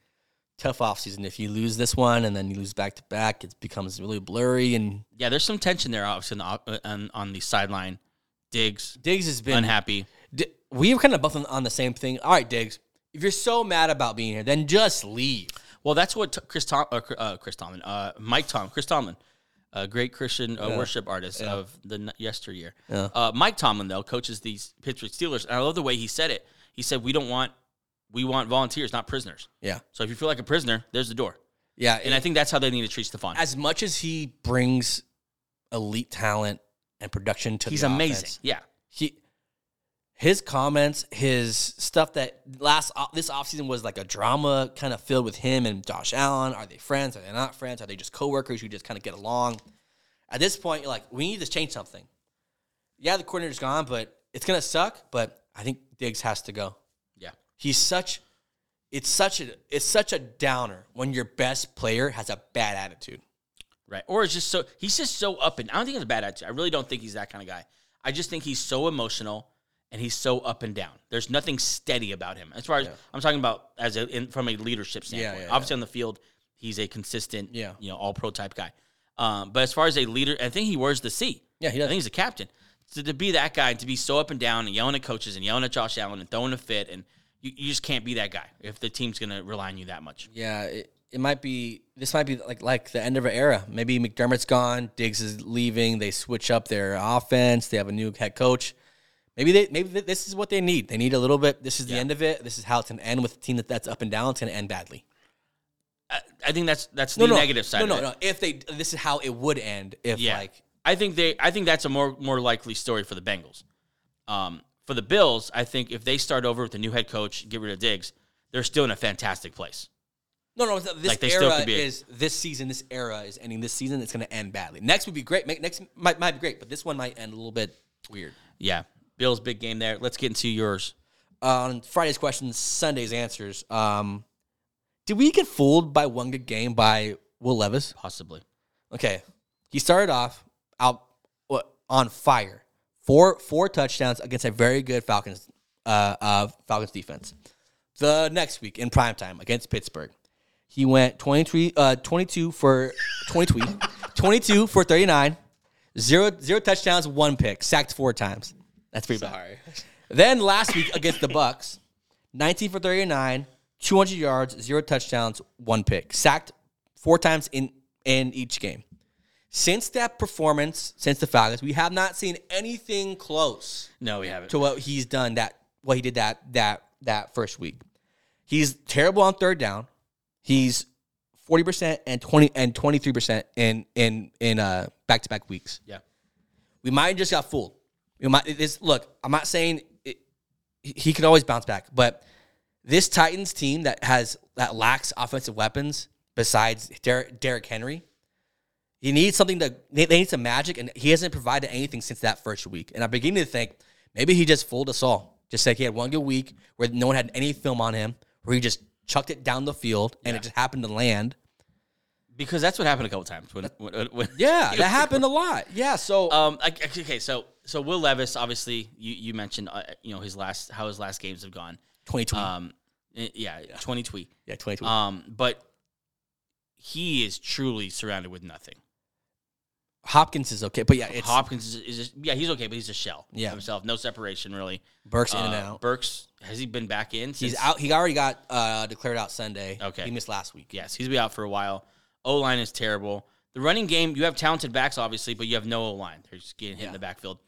Speaker 1: tough offseason. If you lose this one and then you lose back to back, it becomes really blurry. And
Speaker 2: Yeah, there's some tension there obviously on the, on, on the sideline. Diggs
Speaker 1: Diggs has been.
Speaker 2: unhappy.
Speaker 1: D- we've kind of both on- on the same thing. All right, Diggs, if you're so mad about being here, then just leave.
Speaker 2: Well, that's what t- Chris Tom, uh, Chr- uh, Chris Tomlin, uh, Mike Tom, Chris Tomlin, a great Christian uh, worship artist of the n- yesteryear. Uh, Mike Tomlin though coaches these Pittsburgh Steelers, and I love the way he said it. He said, "We don't want, we want volunteers, not prisoners.
Speaker 1: Yeah,
Speaker 2: So if you feel like a prisoner, there's the door."
Speaker 1: yeah.
Speaker 2: And I think that's how they need to treat Stephon.
Speaker 1: as much as he brings elite talent and production to,
Speaker 2: He's
Speaker 1: the
Speaker 2: amazing.
Speaker 1: offense,
Speaker 2: Yeah,
Speaker 1: he his comments his stuff that last this offseason was like a drama kind of filled with him and josh allen are they friends are they not friends are they just coworkers who just kind of get along at this point you're like we need to change something yeah the coordinator's gone but it's gonna suck but i think diggs has to go
Speaker 2: yeah.
Speaker 1: he's such it's such a it's such a downer when your best player has a bad attitude
Speaker 2: Right. Or it's just so he's just so up and I don't think it's a bad attitude. I really don't think he's that kind of guy. I just think he's so emotional and he's so up and down. There's nothing steady about him. As far as I'm talking about as a, in, from a leadership standpoint.
Speaker 1: yeah,
Speaker 2: Obviously on the field, he's a consistent,
Speaker 1: Yeah.
Speaker 2: you know, all pro type guy. Um, but as far as a leader, I think he wears the C.
Speaker 1: Yeah, he
Speaker 2: I
Speaker 1: does.
Speaker 2: think he's a captain. So to be that guy, to be so up and down and yelling at coaches and yelling at Josh Allen and throwing a fit and you, you just can't be that guy if the team's gonna rely on you that much.
Speaker 1: Yeah, it, it might be. This might be like like the end of an era. Maybe McDermott's gone, Diggs is leaving. They switch up their offense. They have a new head coach. Maybe they maybe th- this is what they need. They need a little bit. This is the end of it. This is how it's gonna end with a team that that's up and down. It's gonna end badly.
Speaker 2: I, I think that's that's the negative side.
Speaker 1: No,
Speaker 2: of
Speaker 1: no,
Speaker 2: it.
Speaker 1: no. If they, this is how it would end. If
Speaker 2: Yeah,
Speaker 1: like
Speaker 2: I think they. I think that's a more more likely story for the Bengals. Um, for the Bills, I think if they start over with a new head coach, get rid of Diggs, they're still in a fantastic place.
Speaker 1: no, no. This
Speaker 2: Like, they
Speaker 1: era
Speaker 2: still could be-
Speaker 1: is this season. This era is ending. This season, it's gonna end badly. Next would be great. Make- Next might might be great, but this one might end a little bit weird.
Speaker 2: Yeah, Bills big game there. Let's get into yours.
Speaker 1: on Uh, Friday's questions, Sunday's answers. Um, did we get fooled by one good game by Will Levis?
Speaker 2: Possibly
Speaker 1: Okay, he started off out what, on fire, four four touchdowns against a very good Falcons uh, uh, Falcons defense. The next week in primetime against Pittsburgh, he went 23, uh, 22 for 22, 22 for 39, zero, zero touchdowns, one pick, sacked four times. That's pretty bad. Then last week against the Bucks, 19 for 39, 200 yards, zero touchdowns, one pick, sacked four times in in each game. Since that performance, since the Falcons, we have not seen anything close
Speaker 2: no, we haven't.
Speaker 1: to what he's done that what he did that that that first week. He's terrible on third down. He's 40% and 20 and 23% in in in uh back-to-back weeks.
Speaker 2: Yeah,
Speaker 1: We might have just got fooled. We might it is look, I'm not saying it, he- he could always bounce back, but this Titans team that has that lacks offensive weapons besides Der- Derrick Henry, he needs something to they, they need some magic, and he hasn't provided anything since that first week. And I'm beginning to think maybe he just fooled us all. Just like he had one good week where no one had any film on him, where he just chucked it down the field and it just happened to land.
Speaker 2: because that's what happened a couple times when, when, when
Speaker 1: Yeah, Uh, that happened a lot. Yeah, so
Speaker 2: Um, I, I- okay, so so Will Levis, obviously, you you mentioned uh, you know his last how his last games have gone.
Speaker 1: 2020.
Speaker 2: Um, eh, yeah, twenty tweet.
Speaker 1: yeah, 2020.
Speaker 2: Um, but he is truly surrounded with nothing.
Speaker 1: Hopkins is okay, but yeah, it's
Speaker 2: Hopkins is, is just, yeah, he's okay, but he's a shell.
Speaker 1: Yeah.
Speaker 2: of himself, no separation really.
Speaker 1: Burke's in and
Speaker 2: Uh,
Speaker 1: out.
Speaker 2: Burks has he been back in? Since?
Speaker 1: He's out. He already got uh, declared out Sunday.
Speaker 2: Okay.
Speaker 1: he missed last week.
Speaker 2: Yes, he's been out for a while. O line is terrible. The running game, you have talented backs obviously, but you have no O line. They're just getting hit in
Speaker 1: Yeah.
Speaker 2: the backfield.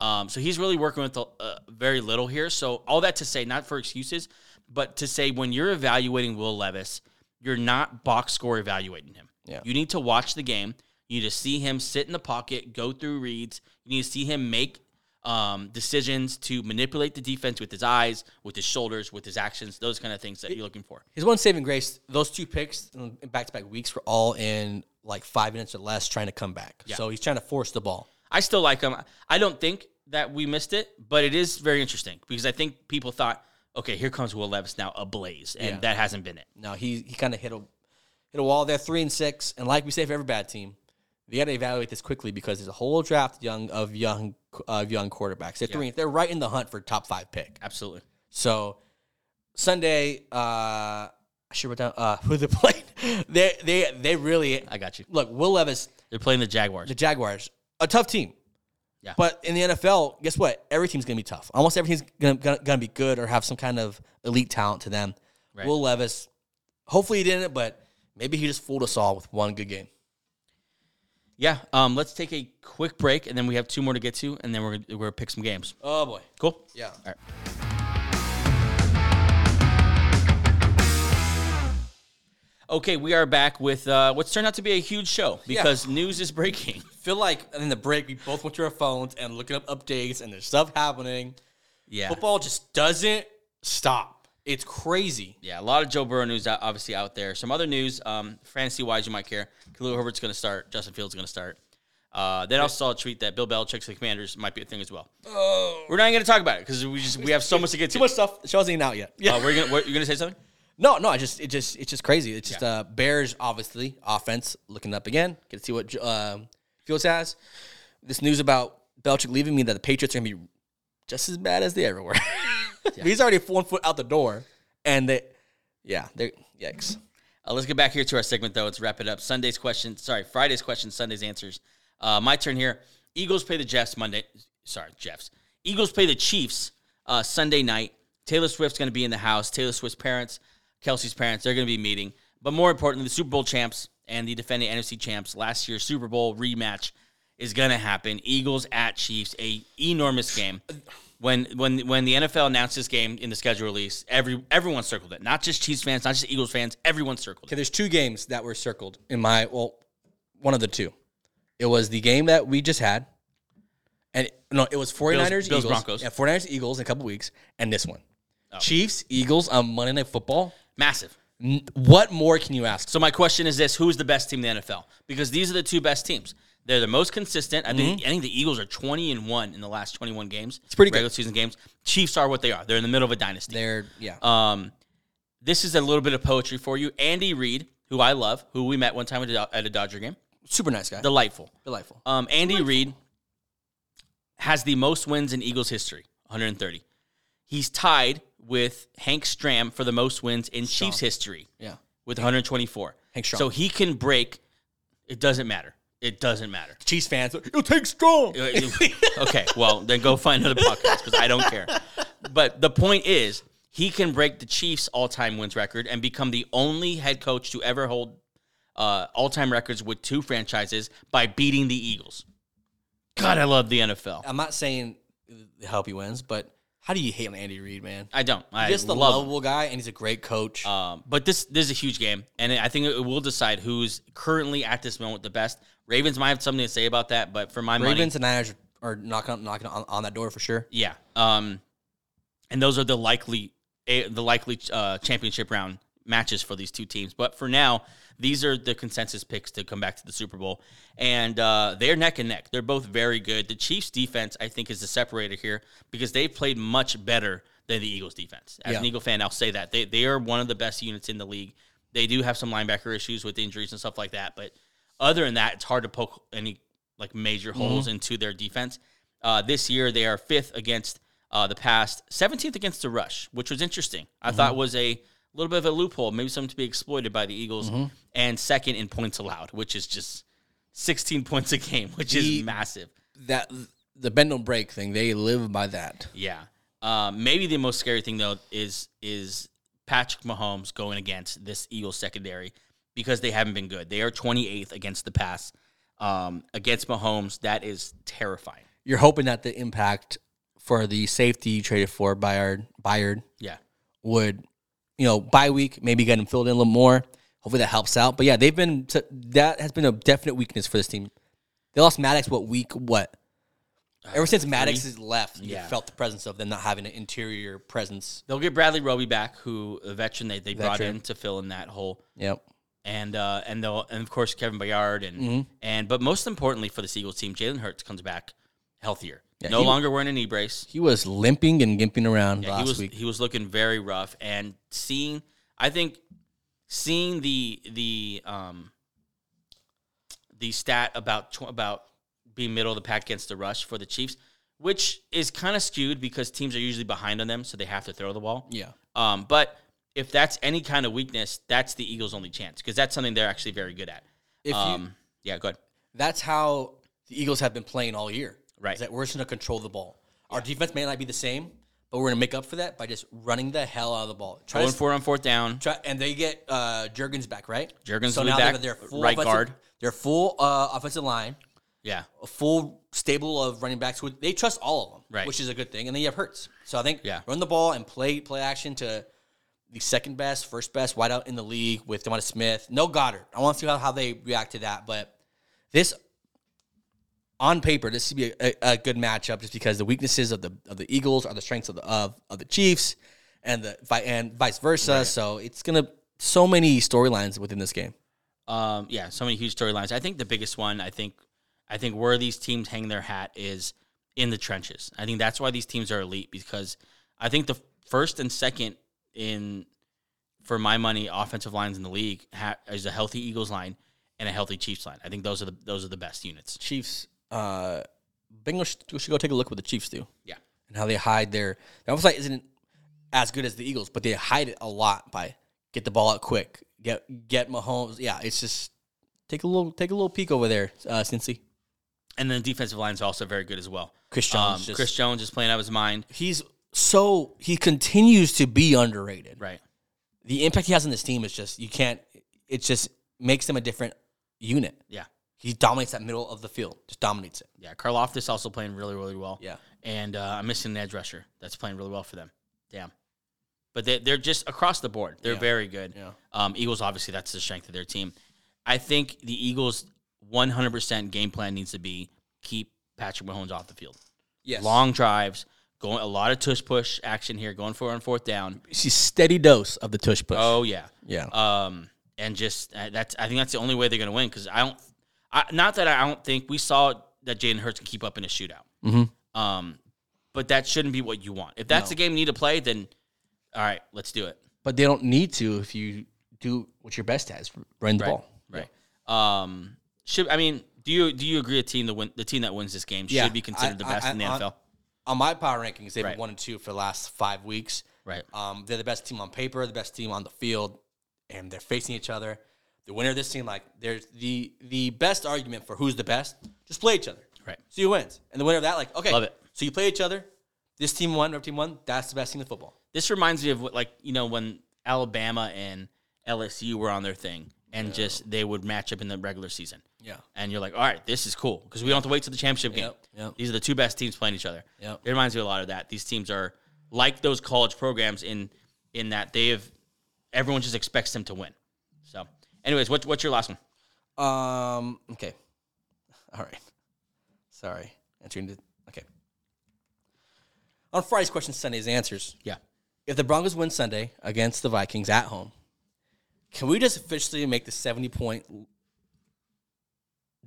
Speaker 2: Um, so he's really working with uh, very little here. So all that to say, not for excuses, but to say when you're evaluating Will Levis, you're not box score evaluating him.
Speaker 1: Yeah.
Speaker 2: You need to watch the game. You need to see him sit in the pocket, go through reads. You need to see him make um, decisions to manipulate the defense with his eyes, with his shoulders, with his actions, those kind of things that you're looking for.
Speaker 1: His one saving grace, those two picks in back to back weeks were all in like five minutes or less trying to come back. So he's trying to force the ball.
Speaker 2: I still like him. I don't think that we missed it, but it is very interesting because I think people thought, okay, here comes Will Levis now ablaze, and
Speaker 1: Yeah.
Speaker 2: that hasn't been it.
Speaker 1: Now he he kind of hit a hit a wall there, three and six. And like we say for every bad team, they got to evaluate this quickly because there's a whole draft young of young of young quarterbacks. They're three, they're right in the hunt for top five pick.
Speaker 2: Absolutely.
Speaker 1: So Sunday, uh, I should write down uh, who they played. they they they really
Speaker 2: I got you.
Speaker 1: look. Will Levis,
Speaker 2: They're playing the Jaguars.
Speaker 1: the Jaguars, a tough team.
Speaker 2: Yeah.
Speaker 1: But in the NFL, guess what? Every team's gonna be tough. Almost every team's gonna, gonna, gonna be good or have some kind of elite talent to them.
Speaker 2: Right.
Speaker 1: Will Levis, hopefully he didn't, but maybe he just fooled us all with one good game.
Speaker 2: Yeah. Um, let's take a quick break, and then we have two more to get to, and then we're gonna, we're gonna pick some games.
Speaker 1: Oh boy.
Speaker 2: Cool.
Speaker 1: Yeah.
Speaker 2: All right. Okay, we are back with uh, what's turned out to be a huge show because news is breaking.
Speaker 1: Feel like in the break we both went to our phones and looking up updates and there's stuff happening.
Speaker 2: Yeah.
Speaker 1: Football just doesn't stop. It's crazy.
Speaker 2: Yeah, a lot of Joe Burrow news out, obviously out there. Some other news, um, fantasy wise, you might care. Khalil Herbert's going to start. Justin Fields is going to start. Uh, then I also saw a tweet that Bill Belichick's the Commanders might be a thing as well.
Speaker 1: Oh.
Speaker 2: We're not even going to talk about it because we just we have so much to get to.
Speaker 1: Too much stuff. The show's ain't out yet. Yeah.
Speaker 2: Uh, we're gonna, what, you're going to say something?
Speaker 1: No, no, I just it just it's just crazy. It's just
Speaker 2: Yeah.
Speaker 1: uh Bears obviously offense looking up again. Get to see what um Fields has. This news about Belichick leaving me that the Patriots are gonna be just as bad as they ever were. He's already one foot out the door, and they, yeah, they yikes.
Speaker 2: Uh, let's get back here to our segment, though. Let's wrap it up. Sunday's question, sorry, Friday's question, Sunday's answers. Uh, my turn here. Eagles play the Jeffs Monday. Sorry, Jeffs. Eagles play the Chiefs uh, Sunday night. Taylor Swift's going to be in the house. Taylor Swift's parents, Kelsey's parents, they're going to be meeting. But more importantly, the Super Bowl champs and the defending NFC champs last year's Super Bowl rematch is going to happen. Eagles at Chiefs, a enormous game. When when when the NFL announced this game in the schedule release, every everyone circled it. Not just Chiefs fans, not just Eagles fans. Everyone circled it.
Speaker 1: Okay, there's two games that were circled in my well, one of the two. It was the game that we just had, and no, it was 49ers
Speaker 2: Bills,
Speaker 1: Eagles,
Speaker 2: Broncos.
Speaker 1: yeah, 49ers Eagles in a couple weeks, and this one, Chiefs Eagles on Monday Night Football.
Speaker 2: Massive.
Speaker 1: N- What more can you ask?
Speaker 2: So my question is this: Who is the best team in the NFL? Because these are the two best teams. They're the most consistent. I think I think the Eagles are twenty and one in the last twenty one games. It's
Speaker 1: Mm-hmm. pretty good.
Speaker 2: regular season games. Chiefs are what they are. They're in the middle of a dynasty.
Speaker 1: They're yeah.
Speaker 2: Um, this is a little bit of poetry for you. Andy Reid, who I love, who we met one time at a, Do- at a Dodger game,
Speaker 1: super nice guy.
Speaker 2: delightful.
Speaker 1: Delightful.
Speaker 2: Um, Andy Reid has the most wins in Eagles history, 130. He's tied with Hank Stram for the most wins in Chiefs history.
Speaker 1: yeah.
Speaker 2: with 124.
Speaker 1: Hank Strong.
Speaker 2: So he can break. It doesn't matter. It doesn't matter.
Speaker 1: Chiefs fans, you'll take strong.
Speaker 2: okay, well then go find another podcast because I don't care. But the point is, he can break the Chiefs' all-time wins record and become the only head coach to ever hold uh, all-time records with two franchises by beating the Eagles. God, I love the NFL.
Speaker 1: I'm not saying the help he wins, but how do you hate on Andy Reid, man?
Speaker 2: I don't. I
Speaker 1: Just the
Speaker 2: love him.
Speaker 1: lovable guy, and he's a great coach.
Speaker 2: Um, but this this is a huge game, and I think it will decide who's currently at this moment the best. Ravens might have something to say about that, but for my money,
Speaker 1: Ravens and Niners are knocking on, knocking on, on that door for sure.
Speaker 2: yeah. Um, and those are the likely eh, the likely uh, championship round matches for these two teams. But for now, these are the consensus picks to come back to the Super Bowl, and uh, they're neck and neck. They're both very good. The Chiefs' defense, I think, is the separator here because they've played much better than the Eagles' defense. As an
Speaker 1: Yeah.
Speaker 2: Eagle fan, I'll say that they they are one of the best units in the league. They do have some linebacker issues with injuries and stuff like that, but other than that, it's hard to poke any like major holes into their defense. Uh, this year, they are fifth against uh, the past, seventeenth against the rush, which was interesting. I thought was a little bit of a loophole, maybe something to be exploited by the Eagles, and second in points allowed, which is just 16 points a game, which
Speaker 1: The-
Speaker 2: is massive.
Speaker 1: That the bend don't break thing, they live by that.
Speaker 2: Yeah. Uh, maybe the most scary thing though is is Patrick Mahomes going against this Eagles secondary because they haven't been good. They are 28th against the pass. Um, against Mahomes, that is terrifying.
Speaker 1: You're hoping that the impact for the safety you traded for Bayard Bayard
Speaker 2: Yeah.
Speaker 1: would, you know, bye week maybe get him filled in a little more. Hopefully that helps out. But yeah, they've been so that has been a definite weakness for this team. They lost Maddox what week what? Ever since Maddox has left, you
Speaker 2: Uh, Yeah.
Speaker 1: felt the presence of them not having an interior presence.
Speaker 2: They'll get Bradley Roby back, who a veteran they, they brought
Speaker 1: Veteran.
Speaker 2: in to fill in that hole.
Speaker 1: Yep.
Speaker 2: And uh, and they'll and of course Kevin Bayard and
Speaker 1: Mm-hmm.
Speaker 2: and but most importantly for this Eagles team, Jalen Hurts comes back healthier. no
Speaker 1: he-
Speaker 2: longer wearing a knee brace.
Speaker 1: He was limping and gimping around
Speaker 2: Yeah,
Speaker 1: last
Speaker 2: he was
Speaker 1: week.
Speaker 2: he was looking very rough, and seeing I think seeing the the um the stat about tw- about being middle of the pack against the rush for the Chiefs, which is kind of skewed because teams are usually behind on them, so they have to throw the ball.
Speaker 1: Yeah.
Speaker 2: Um, but if that's any kind of weakness, that's the Eagles' only chance because that's something they're actually very good at.
Speaker 1: If
Speaker 2: um,
Speaker 1: you,
Speaker 2: yeah, go ahead.
Speaker 1: that's how the Eagles have been playing all year.
Speaker 2: Right.
Speaker 1: Is that we're just going to control the ball. Our defense may not be the same, but we're going to make up for that by just running the hell out of the ball. Try
Speaker 2: Going
Speaker 1: to,
Speaker 2: for it on fourth down.
Speaker 1: try, and they get uh, Jurgens back, right?
Speaker 2: Jurgens
Speaker 1: so
Speaker 2: will be
Speaker 1: now
Speaker 2: back,
Speaker 1: they're, they're full
Speaker 2: right
Speaker 1: offensive-
Speaker 2: guard.
Speaker 1: They're full uh, offensive line,
Speaker 2: Yeah,
Speaker 1: a full stable of running backs. who- They trust all of them,
Speaker 2: Right.
Speaker 1: which is a good thing. And then you have Hurts. So I think
Speaker 2: Yeah.
Speaker 1: run the ball and play play action to the second best, first best wideout in the league with Devonta Smith. No Goddard. I want to see how, how they react to that. But this on paper, this should be a, a, a good matchup just because the weaknesses of the of the Eagles are the strengths of the of, of the Chiefs and the vi- and vice versa. So it's gonna so many storylines within this game.
Speaker 2: Um, yeah, so many huge storylines. I think the biggest one, I think, I think where these teams hang their hat is in the trenches. I think that's why these teams are elite because I think the first and second in, for my money, offensive lines in the league ha- is a healthy Eagles line and a healthy Chiefs line. I think those are the those are the best units.
Speaker 1: Chiefs, uh, Bengals should, should go take a look what the Chiefs do.
Speaker 2: Yeah,
Speaker 1: and how they hide their the offense line isn't as good as the Eagles, but they hide it a lot by get the ball out quick, get get Mahomes. Yeah, it's just take a little take a little peek over there, uh, Cincy.
Speaker 2: and then defensive line is also very good as well.
Speaker 1: Chris
Speaker 2: Um,
Speaker 1: Jones, just,
Speaker 2: Chris Jones is playing out of his mind.
Speaker 1: he's so he continues to be underrated.
Speaker 2: Right.
Speaker 1: The impact he has on this team is just you can't. It just makes them a different unit.
Speaker 2: Yeah.
Speaker 1: He dominates that middle of the field, just dominates it.
Speaker 2: Yeah, Karloftis also playing really, really well.
Speaker 1: Yeah.
Speaker 2: and uh, I'm missing an edge rusher that's playing really well for them. Damn, but they, they're just across the board. They're
Speaker 1: Yeah.
Speaker 2: very good.
Speaker 1: Yeah.
Speaker 2: Um, Eagles, obviously, that's the strength of their team. I think the Eagles' 100% game plan needs to be keep Patrick Mahomes off the field.
Speaker 1: Yes.
Speaker 2: Long drives, going a lot of tush push action here, going for and fourth down.
Speaker 1: She's steady dose of the tush push.
Speaker 2: Oh yeah,
Speaker 1: yeah.
Speaker 2: um, and just uh, that's I think that's the only way they're going to win because I don't, I, not that I don't think we saw that Jaden Hurts can keep up in a shootout.
Speaker 1: Mm-hmm.
Speaker 2: Um, but that shouldn't be what you want. If that's the game you need to play, then all right, let's do it.
Speaker 1: but they don't need to if you do what your best at is run the ball.
Speaker 2: Right. Um, should I mean? Do you do you agree a team the win the team that wins this game
Speaker 1: Yeah,
Speaker 2: should be considered the
Speaker 1: I- I-
Speaker 2: best in the
Speaker 1: I-
Speaker 2: NFL?
Speaker 1: On my power rankings, they've
Speaker 2: Right.
Speaker 1: been one and two for the last five weeks.
Speaker 2: Right.
Speaker 1: Um, they're the best team on paper, the best team on the field, and they're facing each other. The winner of this team, like there's the the best argument for who's the best, just play each other.
Speaker 2: Right.
Speaker 1: So you wins. And the winner of that, like, okay.
Speaker 2: Love it.
Speaker 1: So you play each other. This team won, whatever team won, that's the best team in football.
Speaker 2: This reminds me of what like you know when Alabama and LSU were on their thing and just they would match up in the regular season.
Speaker 1: Yeah.
Speaker 2: and you're like, all right, this is cool because we don't have to wait till the championship game.
Speaker 1: Yep, yep.
Speaker 2: These are the two best teams playing each other.
Speaker 1: Yep.
Speaker 2: It reminds me a lot of that. These teams are like those college programs in in that they have everyone just expects them to win. So, anyways, what, what's your last one?
Speaker 1: Um. Okay. All right. Sorry. Answering the okay. On Friday's question, Sunday's answers.
Speaker 2: Yeah,
Speaker 1: If the Broncos win Sunday against the Vikings at home, can we just officially make the seventy-point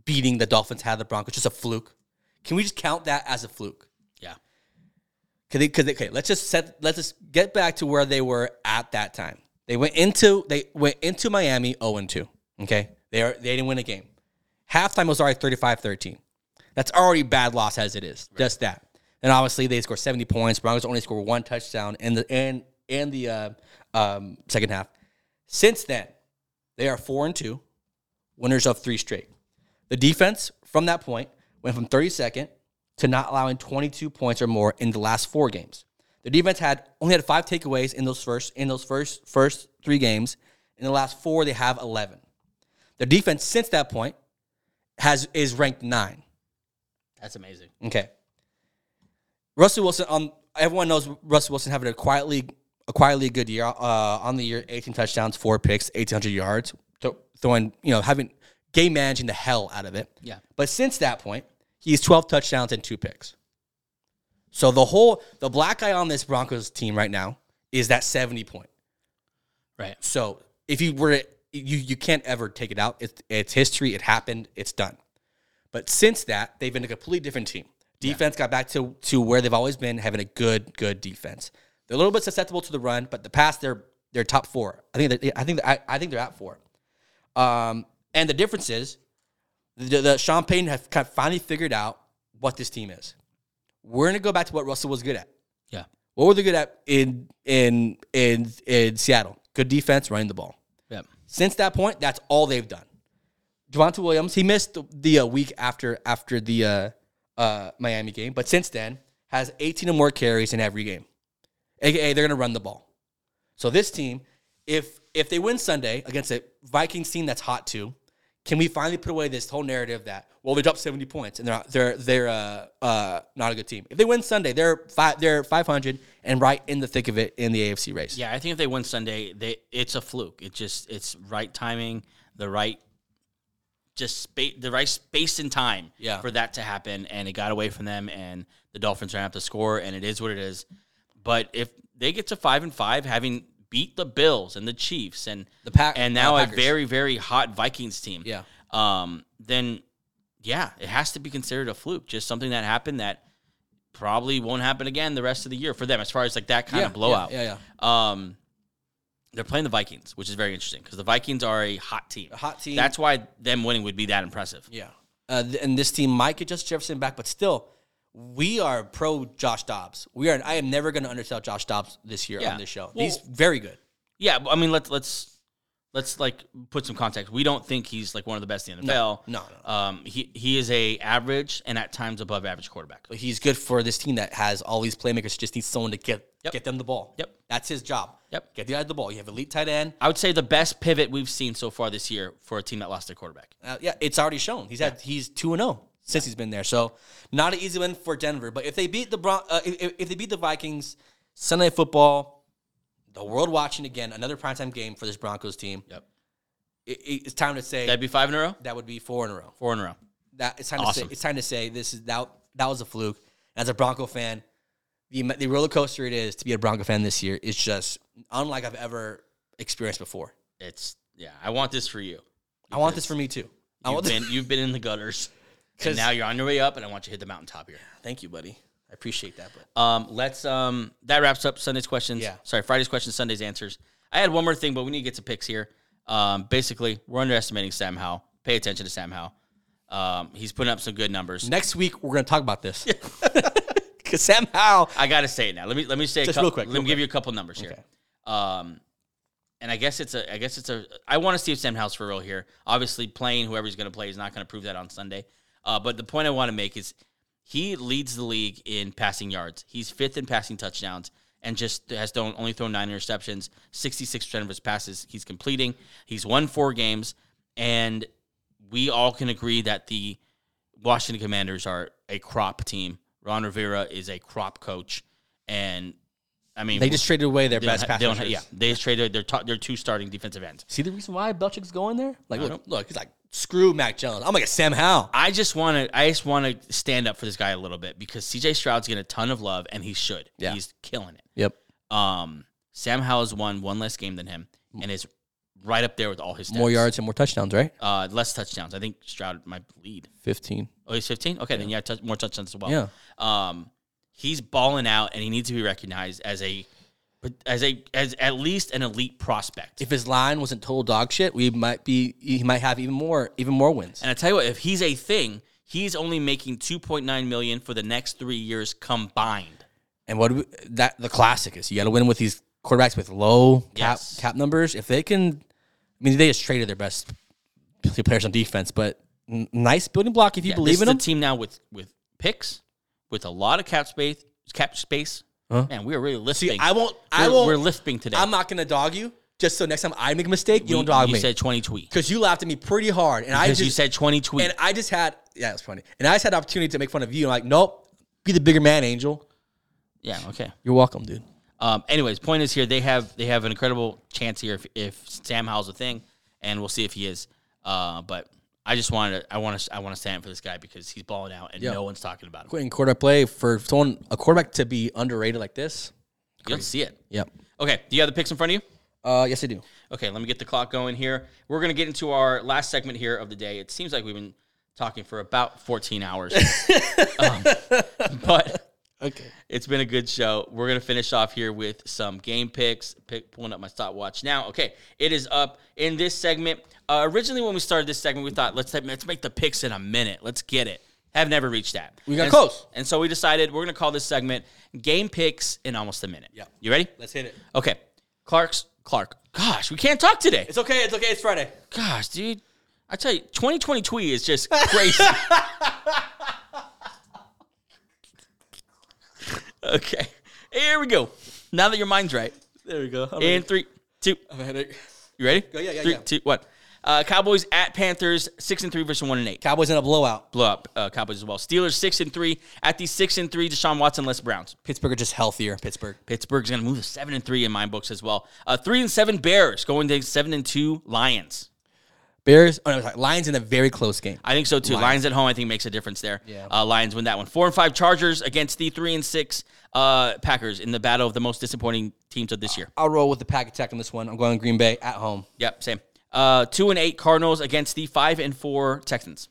Speaker 1: beating the Dolphins had the Broncos just a fluke? Can we just count that as a fluke?
Speaker 2: yeah,
Speaker 1: Cause, they, cause they- okay, let's just set, let's just get back to where they were at that time. They went into they went into Miami 0 and 2. Okay, they are they didn't win a game. Halftime was already 35-13. That's already bad loss as it is. Just that. And obviously they scored 70 points. Broncos only scored one touchdown in the and and the uh, um, second half. Since then, they are four and two, winners of three straight. The defense from that point went from 32nd to not allowing 22 points or more in the last four games. The defense had only had five takeaways in those first in those first first three games. In the last four, they have 11. Their defense since that point has is ranked nine.
Speaker 2: That's amazing.
Speaker 1: Okay. Russell Wilson. Um, everyone knows Russell Wilson having a quietly a quietly good year. Uh, on the year, eighteen touchdowns, four picks, eighteen hundred yards. Th- throwing, you know, having game managing the hell out of it.
Speaker 2: Yeah.
Speaker 1: But since that point, he's twelve touchdowns and two picks. So the whole the black eye on this Broncos team right now is that seventy point.
Speaker 2: Right.
Speaker 1: So if you were to- you you can't ever take it out. It's it's history. It happened. It's done. But since that, they've been a completely different team. Defense got back to to where they've always been, having a good good defense. They're a little bit susceptible to the run, but the pass they're they're top four. I think they're, I think I, I think they're at four. Um, and the difference is the, the Sean Payton have kind of finally figured out what this team is. We're gonna go back to what Russell was good at.
Speaker 2: Yeah.
Speaker 1: What were they good at in in in in Seattle? Good defense, running the ball.
Speaker 2: Yep.
Speaker 1: Since that point, that's all they've done. Javante Williams, he missed the, the uh, week after after the uh, uh, Miami game, but since then has 18 or more carries in every game. AKA, they're going to run the ball. So this team, if if they win Sunday against a Vikings team that's hot too, can we finally put away this whole narrative that well they dropped 70 points and they're not, they're they're uh, uh, not a good team. If they win Sunday, they're five they're 500 and right in the thick of it in the AFC race.
Speaker 2: Yeah, I think if they win Sunday, they it's a fluke. It just it's right timing, the right just space, the right space and time
Speaker 1: Yeah.
Speaker 2: for that to happen, and it got away from them, and the Dolphins are gonna have to score, and it is what it is. But if they get to five and five, having beat the Bills and the Chiefs and
Speaker 1: The pack
Speaker 2: and now a
Speaker 1: uh, Packers.
Speaker 2: very very hot Vikings team,
Speaker 1: yeah.
Speaker 2: um, then yeah, it has to be considered a fluke, just something that happened that probably won't happen again the rest of the year for them, as far as like that kind
Speaker 1: yeah,
Speaker 2: of blowout.
Speaker 1: Yeah, yeah.
Speaker 2: Um, they're playing the Vikings, which is very interesting because the Vikings are a hot team.
Speaker 1: A hot team.
Speaker 2: That's why them winning would be that impressive.
Speaker 1: Yeah. Uh, th- and this team might get Justin Jefferson back, but still, we are pro Josh Dobbs. We are. I am never going to undersell Josh Dobbs this year
Speaker 2: Yeah.
Speaker 1: on this show.
Speaker 2: Well-
Speaker 1: He's very good.
Speaker 2: Yeah, but I mean let's let's let's like put some context. We don't think he's like one of the best in the NFL.
Speaker 1: no, no, no.
Speaker 2: Um, he he is a average and at times above average quarterback.
Speaker 1: But he's good for this team that has all these playmakers. Just needs someone to get
Speaker 2: Yep.
Speaker 1: get them the ball.
Speaker 2: Yep.
Speaker 1: That's his job.
Speaker 2: Yep.
Speaker 1: Get the guy the ball. You have elite tight end.
Speaker 2: I would say the best pivot we've seen so far this year for a team that lost their quarterback.
Speaker 1: Uh, yeah, it's already shown. He's had he's two and zero since he's been there. So not an easy win for Denver. But if they beat the Bron- uh, if, if- if they beat the Vikings, Sunday Night Football, the world watching again another primetime game for this Broncos team.
Speaker 2: Yep.
Speaker 1: It, it's time to say
Speaker 2: That'd be five in a row,
Speaker 1: that would be four in a row.
Speaker 2: four in a row.
Speaker 1: That it's time to
Speaker 2: Awesome.
Speaker 1: say it's time to say this is that that was a fluke. As a Bronco fan, the the roller coaster it is to be a Bronco fan this year is just unlike I've ever experienced before.
Speaker 2: It's yeah. I want this for you.
Speaker 1: I want this for me too. I
Speaker 2: You've
Speaker 1: want this.
Speaker 2: been you've been in the gutters,
Speaker 1: 'Cause-
Speaker 2: and now you're on your way up. And I want you to hit the mountaintop here.
Speaker 1: Thank you, buddy. I appreciate that. But
Speaker 2: Um, let's um that wraps up Sunday's questions.
Speaker 1: Yeah.
Speaker 2: Sorry, Friday's questions, Sunday's answers. I had one more thing, but we need to get to picks here. Um, basically, we're underestimating Sam Howe. Pay attention to Sam Howe. Um, he's putting up some good numbers.
Speaker 1: next week we're gonna talk about this because somehow
Speaker 2: I gotta say it now. Let me let me say a
Speaker 1: Just
Speaker 2: couple,
Speaker 1: real quick,
Speaker 2: Let
Speaker 1: real
Speaker 2: me give you a couple numbers here.
Speaker 1: Okay.
Speaker 2: Um, and I guess it's a I guess it's a I want to see if Sam House for real here. Obviously, playing whoever he's going to play is not going to prove that on Sunday. Uh, but the point I want to make is he leads the league in passing yards. He's fifth in passing touchdowns and just has thrown, only thrown nine interceptions. Sixty six percent of his passes he's completing. He's won four games, and we all can agree that the Washington Commanders are a crop team. Ron Rivera is a crop coach, and I mean
Speaker 1: they just traded away their
Speaker 2: they
Speaker 1: best
Speaker 2: don't ha-
Speaker 1: pass
Speaker 2: they don't ha-
Speaker 1: rushers.
Speaker 2: yeah, they just traded their top, their two starting defensive ends.
Speaker 1: See the reason why Belichick's going there? Like, look,
Speaker 2: don't-
Speaker 1: look, he's like, screw Mac Jones. I'm like a Sam Howe.
Speaker 2: I just want to I just want to stand up for this guy a little bit because CJ Stroud's getting a ton of love and he should.
Speaker 1: Yeah.
Speaker 2: He's killing it.
Speaker 1: Yep.
Speaker 2: Um, Sam Howell's won one less game than him and is right up there with all his stats.
Speaker 1: More yards and more touchdowns, right?
Speaker 2: uh, less touchdowns. I think Stroud might lead.
Speaker 1: Fifteen.
Speaker 2: Oh, he's 15? Okay, then you have touch more touchdowns as well.
Speaker 1: Yeah.
Speaker 2: Um, he's balling out and he needs to be recognized as a as a as at least an elite prospect.
Speaker 1: if his line wasn't total dog shit, we might be he might have even more even more wins.
Speaker 2: And I tell you what, if he's a thing, he's only making two point nine million for the next three years combined.
Speaker 1: And what do we, that the classic is you got to win with these quarterbacks with low cap
Speaker 2: Yes.
Speaker 1: cap numbers. If they can, I mean, they just traded their best players on defense, but n- nice building block if you
Speaker 2: Yeah,
Speaker 1: believe
Speaker 2: this
Speaker 1: in
Speaker 2: is
Speaker 1: him.
Speaker 2: a team now with with picks, with a lot of cap space. Cap space. Man, we are really lifting.
Speaker 1: I won't- I
Speaker 2: We're,
Speaker 1: won't-
Speaker 2: We're lifting today.
Speaker 1: I'm not gonna dog you. Just so next time I make a mistake, you
Speaker 2: We-
Speaker 1: don't dog
Speaker 2: you
Speaker 1: me
Speaker 2: said twenty tweet
Speaker 1: because you laughed at me pretty hard, and I
Speaker 2: because
Speaker 1: just
Speaker 2: you said twenty tweet.
Speaker 1: and I just had yeah, it's funny, and I just had the opportunity to make fun of you. I'm like, nope, be the bigger man, Angel.
Speaker 2: yeah. Okay.
Speaker 1: You're welcome, dude.
Speaker 2: Um, anyways, point is here they have they have an incredible chance here if, if Sam Howell's a thing, and we'll see if he is. Uh, but I just wanted to, I want to I want to stand for this guy because he's balling out and
Speaker 1: Yeah.
Speaker 2: no one's talking about him.
Speaker 1: Quitting quarterback play for someone a quarterback to be underrated like this.
Speaker 2: You don't see it.
Speaker 1: Yep.
Speaker 2: Okay, do you have the picks in front of you?
Speaker 1: Uh, yes, I do.
Speaker 2: Okay, let me get the clock going here. We're gonna get into our last segment here of the day. It seems like we've been talking for about 14 hours, Um, but
Speaker 1: Okay.
Speaker 2: It's been a good show. We're gonna finish off here with some game picks. Pick, pulling up my stopwatch now. Okay, it is up in this segment. Uh, originally, when we started this segment, we thought let's let's make the picks in a minute. Let's get it. Have never reached that.
Speaker 1: We got
Speaker 2: And-
Speaker 1: close.
Speaker 2: and so we decided we're gonna call this segment "Game Picks" in almost a minute.
Speaker 1: Yep.
Speaker 2: You ready?
Speaker 1: Let's hit it.
Speaker 2: Okay, Clark's Clark. Gosh, we can't talk today.
Speaker 1: It's okay. It's okay. It's Friday.
Speaker 2: Gosh, dude. I tell you, 2020 tweet is just crazy. okay. Here we go. Now that your mind's right.
Speaker 1: There we go. I'm
Speaker 2: In three, two,
Speaker 1: I have a headache.
Speaker 2: you ready?
Speaker 1: Yeah, yeah, yeah,
Speaker 2: Three,
Speaker 1: yeah.
Speaker 2: two, one. Uh, Cowboys at Panthers, six and three versus one and eight.
Speaker 1: Cowboys in a blowout.
Speaker 2: Blow up uh, Cowboys as well. Steelers six and three at the six and three. Deshaun Watson, less Browns.
Speaker 1: Pittsburgh are just healthier. Pittsburgh.
Speaker 2: Pittsburgh's going to move to seven and three in my books as well. Uh, three and seven Bears going to seven and two Lions.
Speaker 1: Bears. Oh, no, sorry. Lions in a very close game.
Speaker 2: I think so too. Lions, at home, I think makes a difference there.
Speaker 1: Yeah.
Speaker 2: Uh, Lions win that one. Four and five Chargers against the three and six uh, Packers in the battle of the most disappointing teams of this year.
Speaker 1: I'll roll with the pack attack on this one. I'm going Green Bay at home.
Speaker 2: Yep, same. Uh, two and eight Cardinals against the five and four Texans.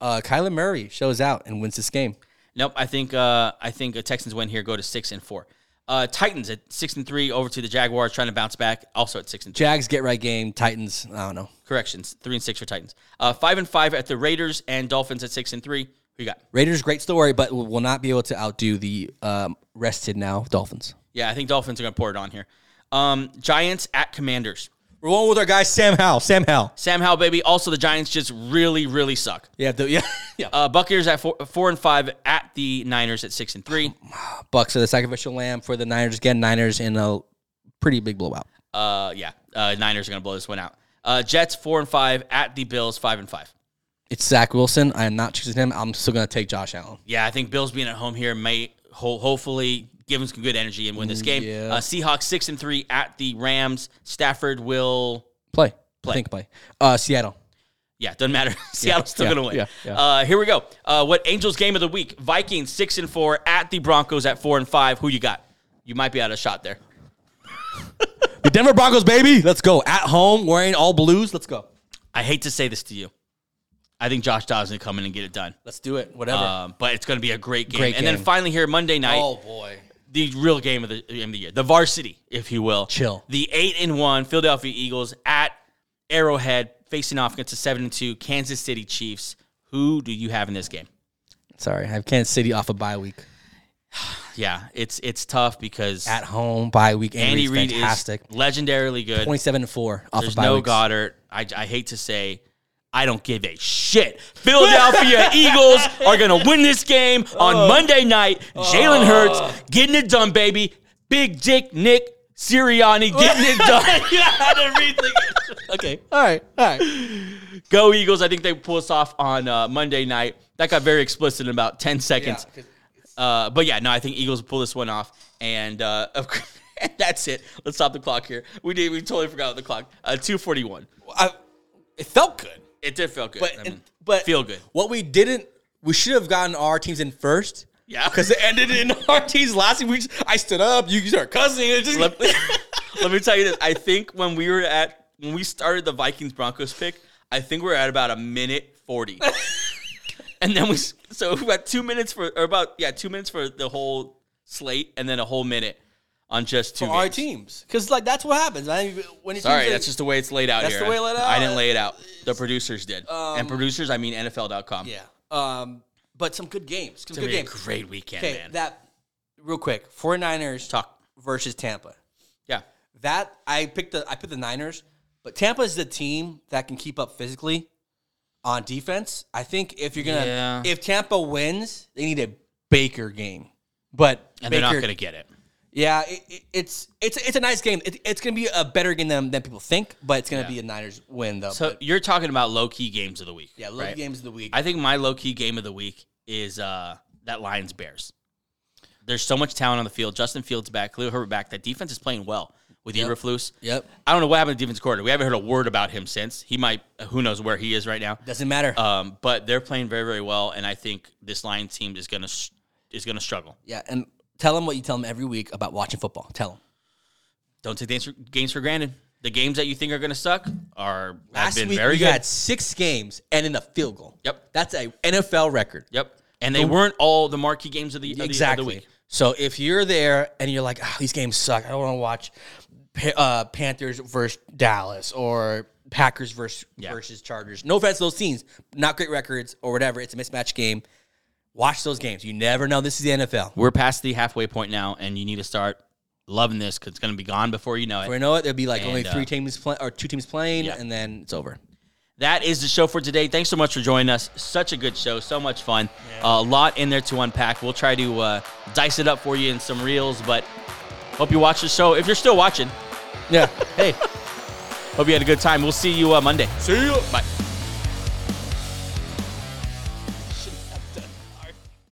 Speaker 1: Uh, Kyler Murray shows out and wins this game.
Speaker 2: Nope, I think uh, I think a Texans win here. Go to six and four. Uh, Titans at six and three over to the Jaguars, trying to bounce back. Also at six and two.
Speaker 1: Jags get right game. Titans. I don't know.
Speaker 2: Corrections, three and six for Titans. Uh, five and five at the Raiders and Dolphins at six and three. Who you got?
Speaker 1: Raiders great story, but will not be able to outdo the um, rested now Dolphins.
Speaker 2: Yeah, I think Dolphins are going to pour it on here. Um, Giants at Commanders.
Speaker 1: We're going with our guy Sam Howell. Sam Howell.
Speaker 2: Sam Howell, baby. Also, the Giants just really, really suck.
Speaker 1: Yeah. The, yeah. Yeah.
Speaker 2: Uh, Buccaneers at four, four and five at the Niners at six and three.
Speaker 1: Bucks are the sacrificial lamb for the Niners again. Niners in a pretty big blowout.
Speaker 2: Uh, yeah, uh, Niners are gonna blow this one out. Uh, Jets four and five at the Bills five and five.
Speaker 1: It's Zach Wilson. I am not choosing him. I'm still going to take Josh Allen.
Speaker 2: Yeah, I think Bills being at home here may ho- hopefully give them some good energy and win this game.
Speaker 1: Mm, yeah.
Speaker 2: Uh, Seahawks six and three at the Rams. Stafford will.
Speaker 1: Play.
Speaker 2: Play.
Speaker 1: I think play. Uh, Seattle.
Speaker 2: Yeah, doesn't matter. Seattle's still
Speaker 1: yeah,
Speaker 2: gonna win.
Speaker 1: yeah, yeah.
Speaker 2: Uh, here we go. Uh, what Angels game of the week? Vikings six and four at the Broncos at four and five. Who you got? You might be out of shot there.
Speaker 1: The Denver Broncos, baby. Let's go. At home, wearing all blues. Let's go.
Speaker 2: I hate to say this to you. I think Josh Dawson come in and get it done.
Speaker 1: Let's do it. Whatever.
Speaker 2: Um, but it's going to be a great game.
Speaker 1: Great
Speaker 2: and then
Speaker 1: game.
Speaker 2: finally here Monday night,
Speaker 1: oh, boy.
Speaker 2: the real game of the game of the year, the varsity, if you will.
Speaker 1: Chill.
Speaker 2: The eight and one Philadelphia Eagles at Arrowhead facing off against the seven and two Kansas City Chiefs. Who do you have in this game?
Speaker 1: Sorry, I have Kansas City off a bye week.
Speaker 2: Yeah, it's it's tough because
Speaker 1: At home, bye week.
Speaker 2: Andy
Speaker 1: Andy
Speaker 2: Reid
Speaker 1: Reid's
Speaker 2: is
Speaker 1: fantastic.
Speaker 2: legendarily good.
Speaker 1: Twenty-seven to four off
Speaker 2: There's
Speaker 1: a bye
Speaker 2: no
Speaker 1: weeks.
Speaker 2: Goddard. I, I hate to say, I don't give a shit. Philadelphia Eagles are going to win this game on Monday night. Jalen Hurts getting it done, baby. Big Dick Nick Sirianni getting it done.
Speaker 1: Okay. All right. All right.
Speaker 2: Go Eagles. I think they pull us off on uh, Monday night. That got very explicit in about 10 seconds. Uh, but yeah, no, I think Eagles pull this one off, and uh, of course, that's it. Let's stop the clock here. We did. We totally forgot the clock. Uh, Two forty-one.
Speaker 1: I, it felt good,
Speaker 2: It did feel good.
Speaker 1: but
Speaker 2: I mean,
Speaker 1: but
Speaker 2: feel good.
Speaker 1: What we didn't, we should have gotten our teams in first.
Speaker 2: Yeah.
Speaker 1: because it ended in our teams last week. We just, I stood up. You started cussing. It just
Speaker 2: let, let me tell you this. I think when we were at when we started the Vikings Broncos pick, I think we were at about a minute forty, and then we s- so we got two minutes for or about yeah two minutes for the whole slate, and then a whole minute on just two.
Speaker 1: for our
Speaker 2: games.
Speaker 1: teams because like that's what happens. I, when your
Speaker 2: Sorry,
Speaker 1: teams are-
Speaker 2: that's just the way it's laid out
Speaker 1: That's
Speaker 2: here.
Speaker 1: the way it laid
Speaker 2: I
Speaker 1: out. um,
Speaker 2: didn't lay it out. The producers did, and producers I mean NFL.com.
Speaker 1: yeah. Um, but some good games. Some
Speaker 2: It's gonna
Speaker 1: good
Speaker 2: be a
Speaker 1: games.
Speaker 2: great weekend,
Speaker 1: Okay,
Speaker 2: man.
Speaker 1: that real quick. 49ers
Speaker 2: Talk.
Speaker 1: versus Tampa.
Speaker 2: yeah,
Speaker 1: That I picked the I picked the Niners, but Tampa is the team that can keep up physically. on defense. I think if you're gonna
Speaker 2: Yeah.
Speaker 1: if Tampa wins, they need a Baker game. But
Speaker 2: and they're not
Speaker 1: Baker-
Speaker 2: going to get it.
Speaker 1: Yeah, it, it, it's it's it's a nice game. It, it's gonna be a better game than, than people think, but it's gonna
Speaker 2: Yeah.
Speaker 1: be a Niners win though.
Speaker 2: So
Speaker 1: But,
Speaker 2: you're talking about low key games of the week.
Speaker 1: yeah, low
Speaker 2: right?
Speaker 1: games of the week.
Speaker 2: I think my low key game of the week is uh, that Lions Bears. There's so much talent on the field. Justin Fields back, Khalil Herbert back. That defense is playing well with Eberflus.
Speaker 1: yep,
Speaker 2: I don't know what happened to the defense coordinator. We haven't heard a word about him since. He might, who knows where he is right now.
Speaker 1: doesn't matter.
Speaker 2: Um, but they're playing very, very well, and I think this Lions team is gonna s- is gonna struggle.
Speaker 1: yeah, and tell them what you tell them every week about watching football. Tell them.
Speaker 2: Don't take games for, games for granted. The games that you think are gonna suck are have
Speaker 1: Last
Speaker 2: been
Speaker 1: week
Speaker 2: very
Speaker 1: we
Speaker 2: good.
Speaker 1: had six games and in a field goal.
Speaker 2: Yep.
Speaker 1: that's a NFL record.
Speaker 2: Yep, and they weren't all the marquee games of the of the- of
Speaker 1: exactly.
Speaker 2: the week.
Speaker 1: So if you're there and you're like, oh, these games suck, I don't want to watch Pa- uh, Panthers versus Dallas or Packers versus
Speaker 2: Yeah.
Speaker 1: versus Chargers. No offense to those teams, not great records or whatever. It's a mismatch game. Watch those games. You never know. This is the NFL.
Speaker 2: We're past the halfway point now, and you need to start loving this because it's gonna be gone before you know it.
Speaker 1: We know it. There'll be like
Speaker 2: And,
Speaker 1: only
Speaker 2: uh,
Speaker 1: three teams play, or two teams playing,
Speaker 2: Yeah.
Speaker 1: and then it's over.
Speaker 2: that is the show for today. Thanks so much for joining us. Such a good show, so much fun. Uh, a lot in there to unpack. We'll try to uh, dice it up for you in some reels, but hope you watch the show. If you're still watching,
Speaker 1: Yeah. hey.
Speaker 2: hope you had a good time. We'll see you uh, Monday.
Speaker 1: See you.
Speaker 2: Bye.